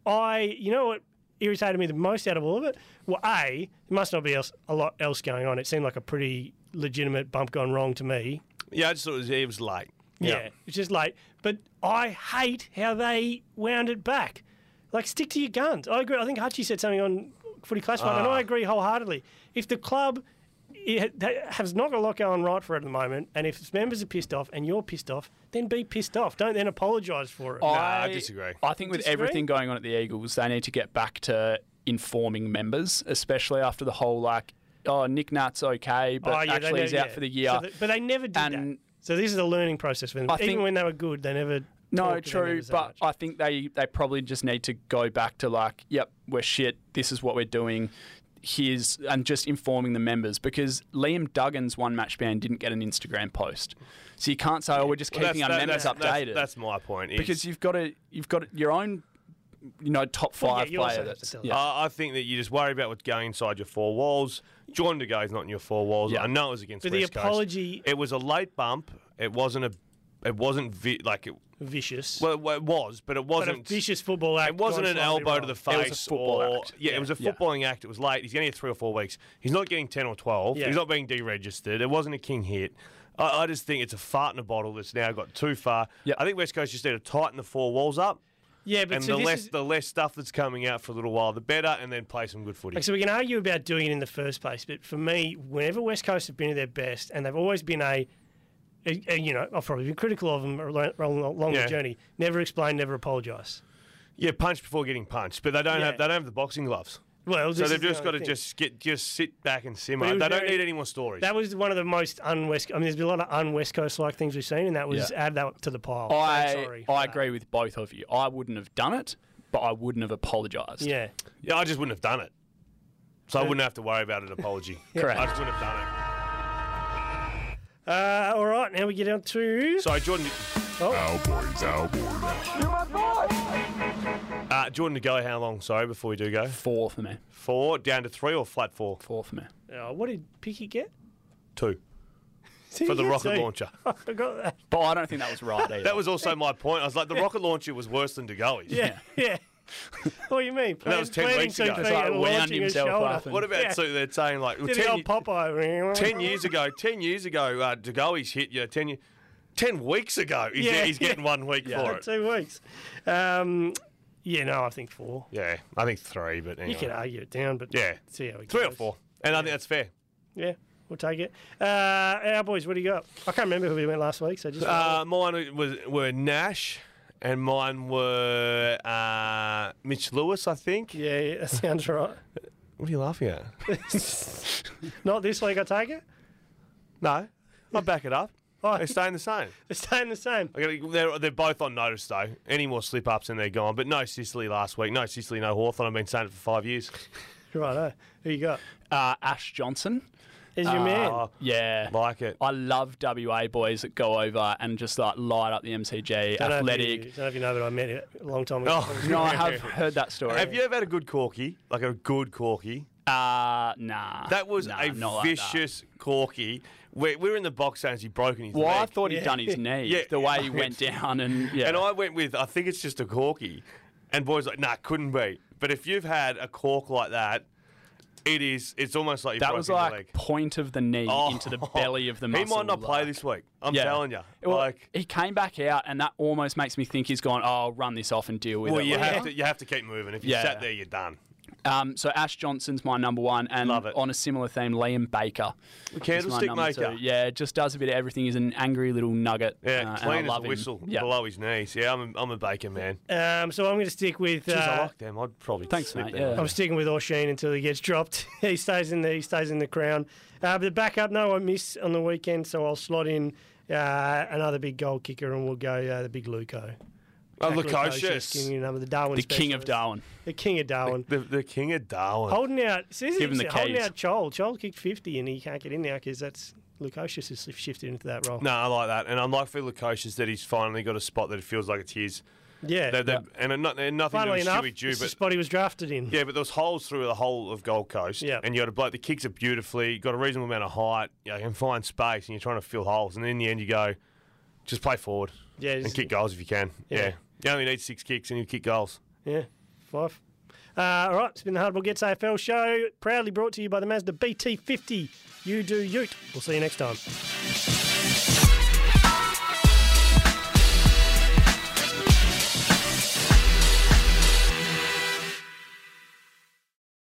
Speaker 1: I, you know what irritated me the most out of all of it? Well, A, there must not be else, a lot else going on. It seemed like a pretty legitimate bump gone wrong to me.
Speaker 2: Yeah, I just thought it was, it was late.
Speaker 1: Yeah. It's just late. But I hate how they wound it back. Like, stick to your guns. I agree. I think Hutchie said something on Footy Classified, and I agree wholeheartedly. If the club it ha- has not got a lot going right for it at the moment, and if its members are pissed off and you're pissed off, then be pissed off. Don't then apologise for
Speaker 3: Oh,
Speaker 1: it.
Speaker 2: I disagree.
Speaker 3: I think with
Speaker 1: Disagree?
Speaker 3: everything going on at the Eagles, they need to get back to informing members, especially after the whole like, oh, Nick Nat's okay, but
Speaker 1: Oh, yeah, they
Speaker 3: actually
Speaker 1: never-
Speaker 3: he's out
Speaker 1: yeah.
Speaker 3: for the year.
Speaker 1: So they- but they never did that.
Speaker 3: And-
Speaker 1: So this is a learning process for them.
Speaker 3: I
Speaker 1: Even
Speaker 3: think-
Speaker 1: when they were good, they never.
Speaker 3: No,
Speaker 1: talked to their
Speaker 3: true,
Speaker 1: members that
Speaker 3: but
Speaker 1: much.
Speaker 3: I think they they probably just need to go back to like, yep, we're shit. This is what we're doing. Here's and just informing the members because Liam Duggan's one match ban didn't get an Instagram post, so you can't say, oh, we're just
Speaker 2: Well,
Speaker 3: keeping our
Speaker 2: that-
Speaker 3: members
Speaker 2: that's- that's-
Speaker 3: updated
Speaker 2: That's, my point. is-
Speaker 3: because you've got to you've got your own, you know, top
Speaker 1: Well, yeah,
Speaker 3: five
Speaker 1: you also
Speaker 3: player.
Speaker 1: have to
Speaker 3: that's-
Speaker 1: tell
Speaker 3: yeah.
Speaker 2: I I think that you just worry about what's going inside your four walls. John DeGoe's not in your four walls.
Speaker 3: Yeah.
Speaker 2: I know it was against
Speaker 1: But the
Speaker 2: West Coast.
Speaker 1: apology,
Speaker 2: It was a late bump. It wasn't a. It wasn't vi- like it.
Speaker 1: vicious.
Speaker 2: Well, it wa- it was, but it
Speaker 1: but a
Speaker 2: wasn't.
Speaker 1: vicious football act.
Speaker 2: it wasn't
Speaker 1: gone
Speaker 2: an
Speaker 1: slightly
Speaker 2: elbow to
Speaker 1: wrong.
Speaker 2: the face
Speaker 3: was a football
Speaker 2: or
Speaker 3: act.
Speaker 2: yeah,
Speaker 3: Yeah.
Speaker 2: it was a
Speaker 3: Yeah.
Speaker 2: footballing act. It was late. He's going to get three or four weeks. He's not getting ten or twelve.
Speaker 1: Yeah.
Speaker 2: He's not being deregistered. It wasn't a king hit. I, I just think it's a fart in a bottle that's now got too far.
Speaker 3: Yep.
Speaker 2: I think West Coast just need to tighten the four walls up.
Speaker 1: Yeah, but
Speaker 2: and
Speaker 1: so
Speaker 2: the
Speaker 1: this
Speaker 2: less
Speaker 1: is-
Speaker 2: the less stuff that's coming out for a little while, the better, and then play some good footy.
Speaker 1: Like, so we can argue about doing it in the first place, but for me, whenever West Coast have been at their best, and they've always been a, a- a- you know, I've probably been critical of them along, along
Speaker 2: Yeah.
Speaker 1: the journey. Never explain, never apologise.
Speaker 2: Yeah, punch before getting punched, but they don't
Speaker 1: Yeah.
Speaker 2: have they don't have the boxing gloves,
Speaker 1: Well,
Speaker 2: so
Speaker 1: this
Speaker 2: they've
Speaker 1: is the
Speaker 2: just got
Speaker 1: only
Speaker 2: to
Speaker 1: thing.
Speaker 2: just get just sit back and
Speaker 1: But
Speaker 2: simmer.
Speaker 1: it
Speaker 2: They
Speaker 1: was
Speaker 2: don't
Speaker 1: very-
Speaker 2: need any more stories.
Speaker 1: That was one of the most un-West. I mean, there's been a lot of un-West Coast like things we've seen, and that was
Speaker 3: Yeah.
Speaker 1: add that to the pile.
Speaker 3: I,
Speaker 1: so sorry. for
Speaker 3: I
Speaker 1: that.
Speaker 3: agree with both of you. I wouldn't have done it, but I wouldn't have apologised.
Speaker 1: Yeah,
Speaker 2: yeah, I just wouldn't have done it, so I wouldn't have to worry about an apology.
Speaker 3: Correct.
Speaker 2: I just wouldn't have done it.
Speaker 1: Uh, all right, now we get down to.
Speaker 2: So Jordan,
Speaker 4: Cowboys, Cowboys.
Speaker 2: uh, Jordan to go. How long? Sorry, before we do go,
Speaker 3: Four for me.
Speaker 2: four down to three or flat four,
Speaker 3: Four for me.
Speaker 1: Oh, what did Picky get?
Speaker 2: two for the
Speaker 1: Yeah,
Speaker 2: rocket
Speaker 1: so-
Speaker 2: launcher.
Speaker 1: I got that.
Speaker 3: But I don't think that was right either.
Speaker 2: That was also my point. I was like, the rocket launcher was worse than Degoe's.
Speaker 1: Yeah, yeah. what do you mean? Plan-
Speaker 2: that was 10
Speaker 1: planting
Speaker 2: weeks
Speaker 1: two
Speaker 2: ago.
Speaker 1: feet
Speaker 2: It's
Speaker 3: like
Speaker 1: and
Speaker 3: wound
Speaker 1: launching a
Speaker 3: himself
Speaker 1: shoulder.
Speaker 3: up and-
Speaker 2: What about
Speaker 1: Yeah.
Speaker 2: so they're saying like well,
Speaker 1: Did the
Speaker 2: ten,
Speaker 1: old Popeye?
Speaker 2: 10 years ago, 10 years ago, uh, DeGoey's hit you. 10, ye- 10 weeks ago, he's,
Speaker 1: Yeah,
Speaker 2: he's getting one week for it.
Speaker 1: two weeks. Um, yeah, no, I think four.
Speaker 2: Yeah, I think three, but
Speaker 1: You
Speaker 2: anyway.
Speaker 1: can argue it down, but
Speaker 2: Yeah.
Speaker 1: see how it
Speaker 2: Three or
Speaker 1: goes.
Speaker 2: four. And I think that's fair.
Speaker 1: Yeah, we'll take it. Uh, our boys, what do you got? I can't remember who we went last week, so just
Speaker 2: Uh, mine was, were Nash, and mine were uh, Mitch Lewis, I think.
Speaker 1: yeah, yeah, that sounds right.
Speaker 2: What are you laughing at?
Speaker 1: Not this week, I take it.
Speaker 2: no, I back it up.
Speaker 1: Oh,
Speaker 2: They're staying the same.
Speaker 1: it's staying the same.
Speaker 2: I gotta- They're, they're both on notice, though. Any more slip ups and they're gone. But no Sicily last week. No Sicily, no Hawthorn. I've been saying it for five years.
Speaker 1: Righto. Who you got?
Speaker 3: uh, Ash Johnson.
Speaker 1: Is your man?
Speaker 2: Oh,
Speaker 3: Yeah.
Speaker 2: like it.
Speaker 3: I love WA boys that go over and just like light up the MCG,
Speaker 1: Don't know if
Speaker 3: athletic.
Speaker 1: You, don't know if you know, but I met it a long time ago.
Speaker 2: Oh,
Speaker 3: No, I have heard that story.
Speaker 2: Have you ever had a good corky? Like a good corky?
Speaker 3: Uh, nah.
Speaker 2: That was
Speaker 3: Nah,
Speaker 2: a
Speaker 3: not like that.
Speaker 2: vicious corky. We, we were in the box and he'd broken his
Speaker 3: Well, I
Speaker 2: leg.
Speaker 3: thought he'd done his knee.
Speaker 2: Yeah.
Speaker 3: The way he went down and yeah.
Speaker 2: and I went with, I think it's just a corky. And boys like, nah, couldn't be. But if you've had a cork like that, it is, it's almost like you
Speaker 3: that
Speaker 2: broke
Speaker 3: was
Speaker 2: your
Speaker 3: like
Speaker 2: leg.
Speaker 3: point of the knee
Speaker 2: Oh.
Speaker 3: into the belly of the muscle.
Speaker 2: He might not play
Speaker 3: like-
Speaker 2: this week. I'm
Speaker 3: Yeah.
Speaker 2: telling you.
Speaker 3: Well,
Speaker 2: like,
Speaker 3: he came back out, and that almost makes me think he's gone. Oh, I'll run this off and deal with
Speaker 2: well,
Speaker 3: it.
Speaker 2: you
Speaker 3: later."
Speaker 2: have to you have to keep moving. If you
Speaker 3: Yeah.
Speaker 2: sat there, you're done.
Speaker 3: Um, so Ash Johnson's my number one, and
Speaker 2: Love it.
Speaker 3: on a similar theme, Liam Baker. is my
Speaker 2: Candlestick
Speaker 3: number
Speaker 2: maker.
Speaker 3: two. Yeah, just does a bit of everything. He's an angry little nugget.
Speaker 2: Yeah,
Speaker 3: uh, and I
Speaker 2: clean as a
Speaker 3: love him.
Speaker 2: whistle
Speaker 3: Yeah.
Speaker 2: below his knees. Yeah, I'm a, I'm a baker man.
Speaker 1: Um, so I'm going to stick with.
Speaker 2: Jeez, I
Speaker 1: uh,
Speaker 2: like them. I'd probably
Speaker 3: Thanks,
Speaker 2: sneak
Speaker 3: mate,
Speaker 2: them.
Speaker 3: yeah.
Speaker 1: I'm sticking with Oshin until he gets dropped. he stays in the he stays in the crown. Uh, but the backup, no, I miss on the weekend, so I'll slot in uh, another big goal kicker, and we'll go uh, the big Luco.
Speaker 2: Oh,
Speaker 1: Jack
Speaker 2: Lukosius.
Speaker 1: giving you number, the Darwin
Speaker 3: The king of
Speaker 1: specialist.
Speaker 3: Darwin.
Speaker 1: the king of Darwin.
Speaker 2: The, the king of Darwin.
Speaker 1: Holding out, see, this is
Speaker 3: Give him the
Speaker 1: interesting, holding
Speaker 3: keys.
Speaker 1: out Chol. Chol kicked 50 and he can't get in now because that's Lukosius has shifted into that role.
Speaker 2: No, I like that, and I'm like for Lukosius that he's finally got a spot that it feels like it's his.
Speaker 1: yeah.
Speaker 2: They- they- And it not, and nothing
Speaker 1: Funnily
Speaker 2: to do
Speaker 1: enough,
Speaker 2: with Stewie
Speaker 1: it's
Speaker 2: Jew,
Speaker 1: the
Speaker 2: but
Speaker 1: spot he was drafted in.
Speaker 2: yeah, but there was holes through the whole of Gold Coast.
Speaker 1: Yeah.
Speaker 2: and you got a bloke that kicks it beautifully, got a reasonable amount of height, you know, can find space, and you're trying to fill holes, and in the end you go, just play forward
Speaker 1: Yeah,
Speaker 2: and
Speaker 1: just-
Speaker 2: kick goals if you can.
Speaker 1: Yeah.
Speaker 2: Yeah, you only need six kicks and you kick goals.
Speaker 1: Yeah, five. Uh, all right, it's been the Hardball Gets AFL show, proudly brought to you by the Mazda BT50. You do Ute. We'll see you next time.